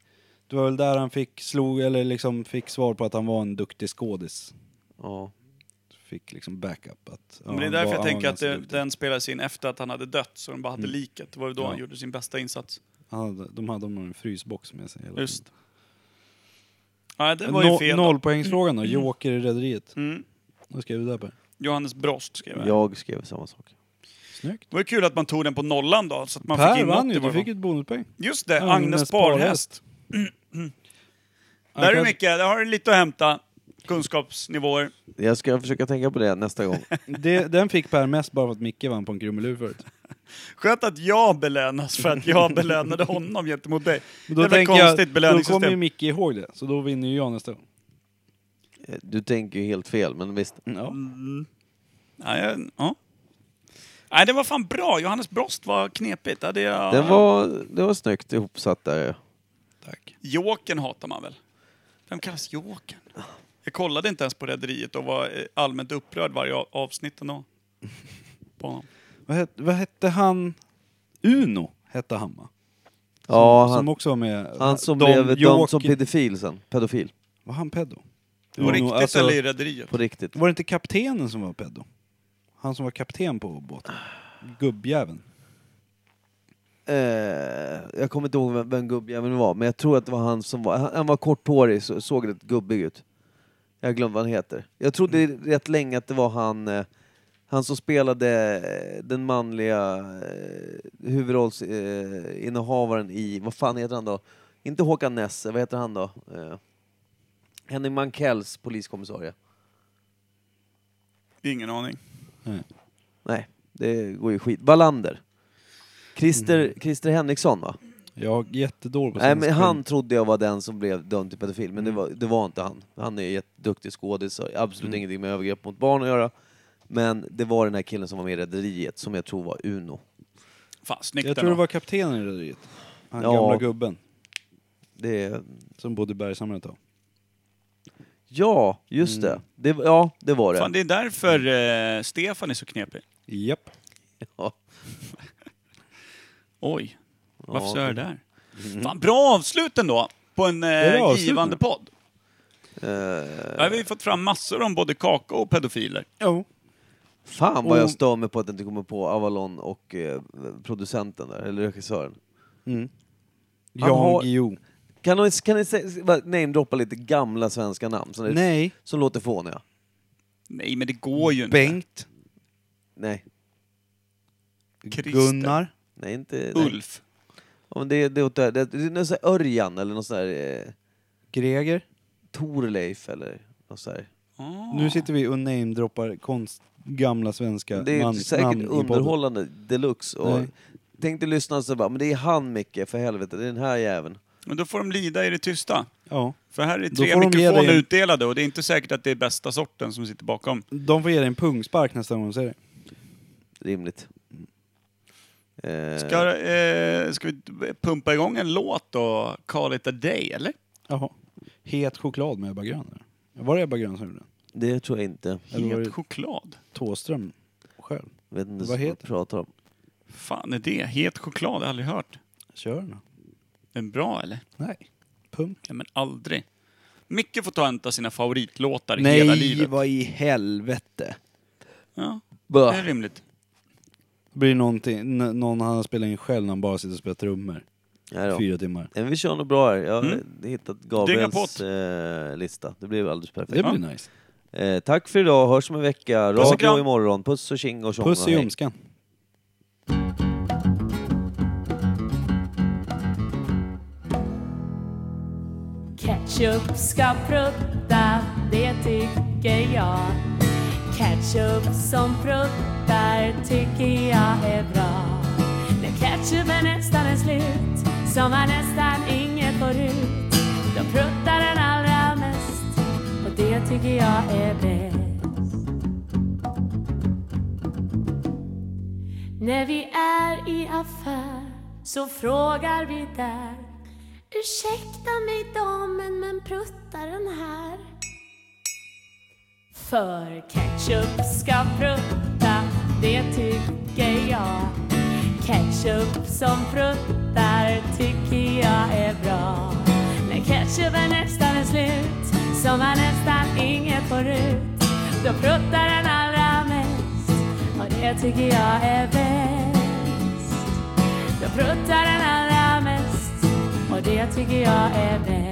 Speaker 3: Det var väl där han fick slog, eller liksom fick svar på att han var en duktig skådis.
Speaker 4: Ja.
Speaker 3: Fick liksom backup att... ja,
Speaker 2: Men det är
Speaker 3: han
Speaker 2: därför
Speaker 3: var-
Speaker 2: jag
Speaker 3: han
Speaker 2: tänker
Speaker 3: var
Speaker 2: att det,
Speaker 3: ganska duktig.
Speaker 2: den spelades in efter att han hade dött, så de bara hade liket. Det var ju då
Speaker 3: Mm. Ja.
Speaker 2: han gjorde sin bästa insats.
Speaker 3: Han hade, de hade nog en frysbox med sig hela
Speaker 2: Just.
Speaker 3: tiden.
Speaker 2: Nej, det var ju
Speaker 3: No,
Speaker 2: fel. då.
Speaker 3: nollpoängsfrågan då, Joker i Rederiet.
Speaker 2: Mm.
Speaker 3: Vad skrev du där Per?
Speaker 2: Johannes Brost skrev jag.
Speaker 4: Jag skrev samma sak.
Speaker 3: Snyggt.
Speaker 2: Det var ju kul att man tog den på nollan då, så att man fick
Speaker 3: per
Speaker 2: in något
Speaker 3: vann ju,
Speaker 2: i
Speaker 3: du
Speaker 2: varje
Speaker 3: fick
Speaker 2: fall.
Speaker 3: ett bonuspoäng.
Speaker 2: Just det, Agnes,
Speaker 3: Agnes
Speaker 2: Parhäst. Där är
Speaker 3: kan-
Speaker 2: du Micke, där har du lite att hämta. Kunskapsnivåer.
Speaker 4: Jag ska försöka tänka på det nästa gång.
Speaker 3: Det, den fick Per mest bara för att Micke vann på en krumelur förut.
Speaker 2: Skönt att jag belönas för att jag belönade honom gentemot dig.
Speaker 3: Men
Speaker 2: det är ett konstigt
Speaker 3: då kommer ju
Speaker 2: belöningssystem.
Speaker 3: Micke ihåg det, så då vinner ju jag nästa gång.
Speaker 4: Du tänker ju helt fel, men visst.
Speaker 2: Mm.
Speaker 3: Ja.
Speaker 2: Nej, jag- ja. Nej, det var fan bra. Johannes Brost var knepigt. Det hade jag...
Speaker 4: Den var, det var snyggt ihopsatt där.
Speaker 3: Tack.
Speaker 2: Jokern hatar man väl? Vem kallas Jokern? Jag kollade inte ens på Rederiet och var eh, allmänt upprörd varje a- avsnitt ändå. På honom.
Speaker 3: Vad, het, vad hette han? Uno hette han va?
Speaker 4: Ja, han,
Speaker 3: Som också var med.
Speaker 4: han som
Speaker 3: de
Speaker 4: blev dömd
Speaker 3: Joker-
Speaker 4: som pedofil sen. Pedofil.
Speaker 3: Var han pedo?
Speaker 2: På
Speaker 3: Uno,
Speaker 2: riktigt
Speaker 3: alltså-
Speaker 2: eller i Rederiet?
Speaker 4: På riktigt.
Speaker 3: Var det inte kaptenen som var pedo? Han som var kapten på båten. Gubbjäveln.
Speaker 4: Eh, jag kommer inte ihåg vem, vem gubbjäveln var, men jag tror att det var han som var... Han, han var korthårig, så, såg rätt gubbig ut. Jag glömde vad han heter. Jag trodde rätt länge att det var han... Eh, han som spelade eh, den manliga eh, huvudrollsinnehavaren eh, innehavaren i... Vad fan heter han då? Inte Håkan Nesse, vad heter han då? Eh, Henning Mankells poliskommissarie.
Speaker 2: Ingen aning.
Speaker 4: Nej, det går ju skit. Wallander. Christer, Christer Henriksson va?
Speaker 3: Jag är jättedålig på
Speaker 4: Nej
Speaker 3: svensk
Speaker 4: men
Speaker 3: film.
Speaker 4: han trodde jag var den som blev dömd till pedofil, men det, var, det var inte han. Han är jätteduktig skådis, har absolut ingenting med övergrepp mot barn att göra. Men det var den här killen som var med i Rederiet, som jag tror var Uno.
Speaker 2: Fan, snyggt
Speaker 3: Jag
Speaker 2: ändå.
Speaker 3: tror det var kaptenen i rederiet. Han
Speaker 4: Ja.
Speaker 3: gamla gubben
Speaker 4: Det är...
Speaker 3: som bodde i Bergshamra ett tag.
Speaker 4: Ja, just det. det. Ja, det var det.
Speaker 2: Fan, det är därför eh, Stefan är så knepig.
Speaker 3: Japp.
Speaker 4: Ja.
Speaker 2: Oj. Varför står jag där? Fan, bra avslut ändå! På en
Speaker 7: bra
Speaker 2: eh,
Speaker 7: avslut
Speaker 2: givande
Speaker 7: nu.
Speaker 2: podd.
Speaker 4: Eh,
Speaker 2: Här har vi fått fram massor om både kaka och pedofiler.
Speaker 7: Jo.
Speaker 4: Fan vad jag
Speaker 7: Och-
Speaker 4: stör mig på att jag inte kommer på Avalon och eh, producenten där, eller regissören.
Speaker 3: Mm.
Speaker 4: Han har-
Speaker 7: Jan Guillou.
Speaker 4: Kan ni, kan ni se- bara namedroppa lite gamla svenska namn som, är,
Speaker 7: Nej.
Speaker 4: som låter fåniga?
Speaker 2: Nej, men det går ju inte.
Speaker 7: Bengt.
Speaker 4: Nej.
Speaker 2: Christer.
Speaker 7: Gunnar.
Speaker 4: Nej, inte... Nej.
Speaker 2: Ulf.
Speaker 4: Ja, men det, det, är åt det, det, det är någon sån här Örjan eller någon sån här... Eh,
Speaker 7: Greger.
Speaker 4: Torleif eller något sånt här.
Speaker 2: Ah.
Speaker 7: Nu sitter vi och namedroppar konst, gamla svenska
Speaker 4: Det är
Speaker 7: man, namn i
Speaker 4: säkert
Speaker 7: podden.
Speaker 4: underhållande deluxe. Och
Speaker 7: Nej.
Speaker 4: tänkte lyssna så bara, men det är han Micke, för helvete, det är den här jäveln.
Speaker 2: Men då får de lida i det tysta.
Speaker 7: Ja.
Speaker 2: För här är
Speaker 7: Då
Speaker 2: tre
Speaker 7: får de ge
Speaker 2: mikrofoner
Speaker 7: dig en-
Speaker 2: utdelade och det är inte säkert att det är bästa sorten som sitter bakom.
Speaker 7: De får ge dig en pungspark nästa gång de säger det.
Speaker 4: Rimligt. Eh,
Speaker 2: Ska, eh, ska vi pumpa igång en låt då? Call it a day, eller?
Speaker 7: Jaha. Het choklad med Ebba Grön. eller? Var det Ebba Grön som gjorde den?
Speaker 4: Det tror jag inte.
Speaker 7: Eller var
Speaker 2: Het
Speaker 7: det
Speaker 2: choklad.
Speaker 7: Thåström själv?
Speaker 4: Vet inte
Speaker 7: Vad
Speaker 4: vad
Speaker 7: heter
Speaker 4: jag
Speaker 7: det?
Speaker 4: pratar om.
Speaker 2: fan är det? Het choklad, jag har aldrig hört.
Speaker 7: Kör den då.
Speaker 2: Är den bra, eller?
Speaker 7: Nej. Punk.
Speaker 2: Ja, men aldrig. Micke får ta en av sina favoritlåtar i hela livet.
Speaker 7: vad i helvete.
Speaker 2: Ja, det är
Speaker 4: Böh.
Speaker 2: rimligt.
Speaker 7: Det blir någonting, n- någon han har spelat in själv när han bara sitter och spelar trummor.
Speaker 4: Nej då.
Speaker 7: Fyra timmar.
Speaker 4: Nej, men vi kör något bra här. Jag har
Speaker 2: Mm.
Speaker 4: hittat
Speaker 2: Dynga pott.
Speaker 4: Gabriels eh, lista. Det blev alldeles
Speaker 7: Det
Speaker 4: perfekt.
Speaker 7: blir nice.
Speaker 4: Eh, tack för idag, hörs om en vecka.
Speaker 2: Puss och
Speaker 4: Radio
Speaker 2: kram.
Speaker 4: imorgon. Puss och tjing och tjong
Speaker 7: Puss
Speaker 4: och
Speaker 7: i
Speaker 4: hej.
Speaker 7: ljumsken.
Speaker 9: Ketchup ska prutta, det tycker jag. Ketchup som pruttar tycker jag är bra. När ketchupen nästan är slut, som man nästan inget får ut, då pruttar den allra mest och det tycker jag är bäst. När vi är i affär så frågar vi där Ursäkta mig damen men prutta den här För ketchup ska prutta, det tycker jag Ketchup som pruttar tycker jag är bra När ketchupen nästan är slut, som man nästan inget får ut Då pruttar den allra mest och det tycker jag är bäst Då pruttar den allra mest och det tycker jag är bäst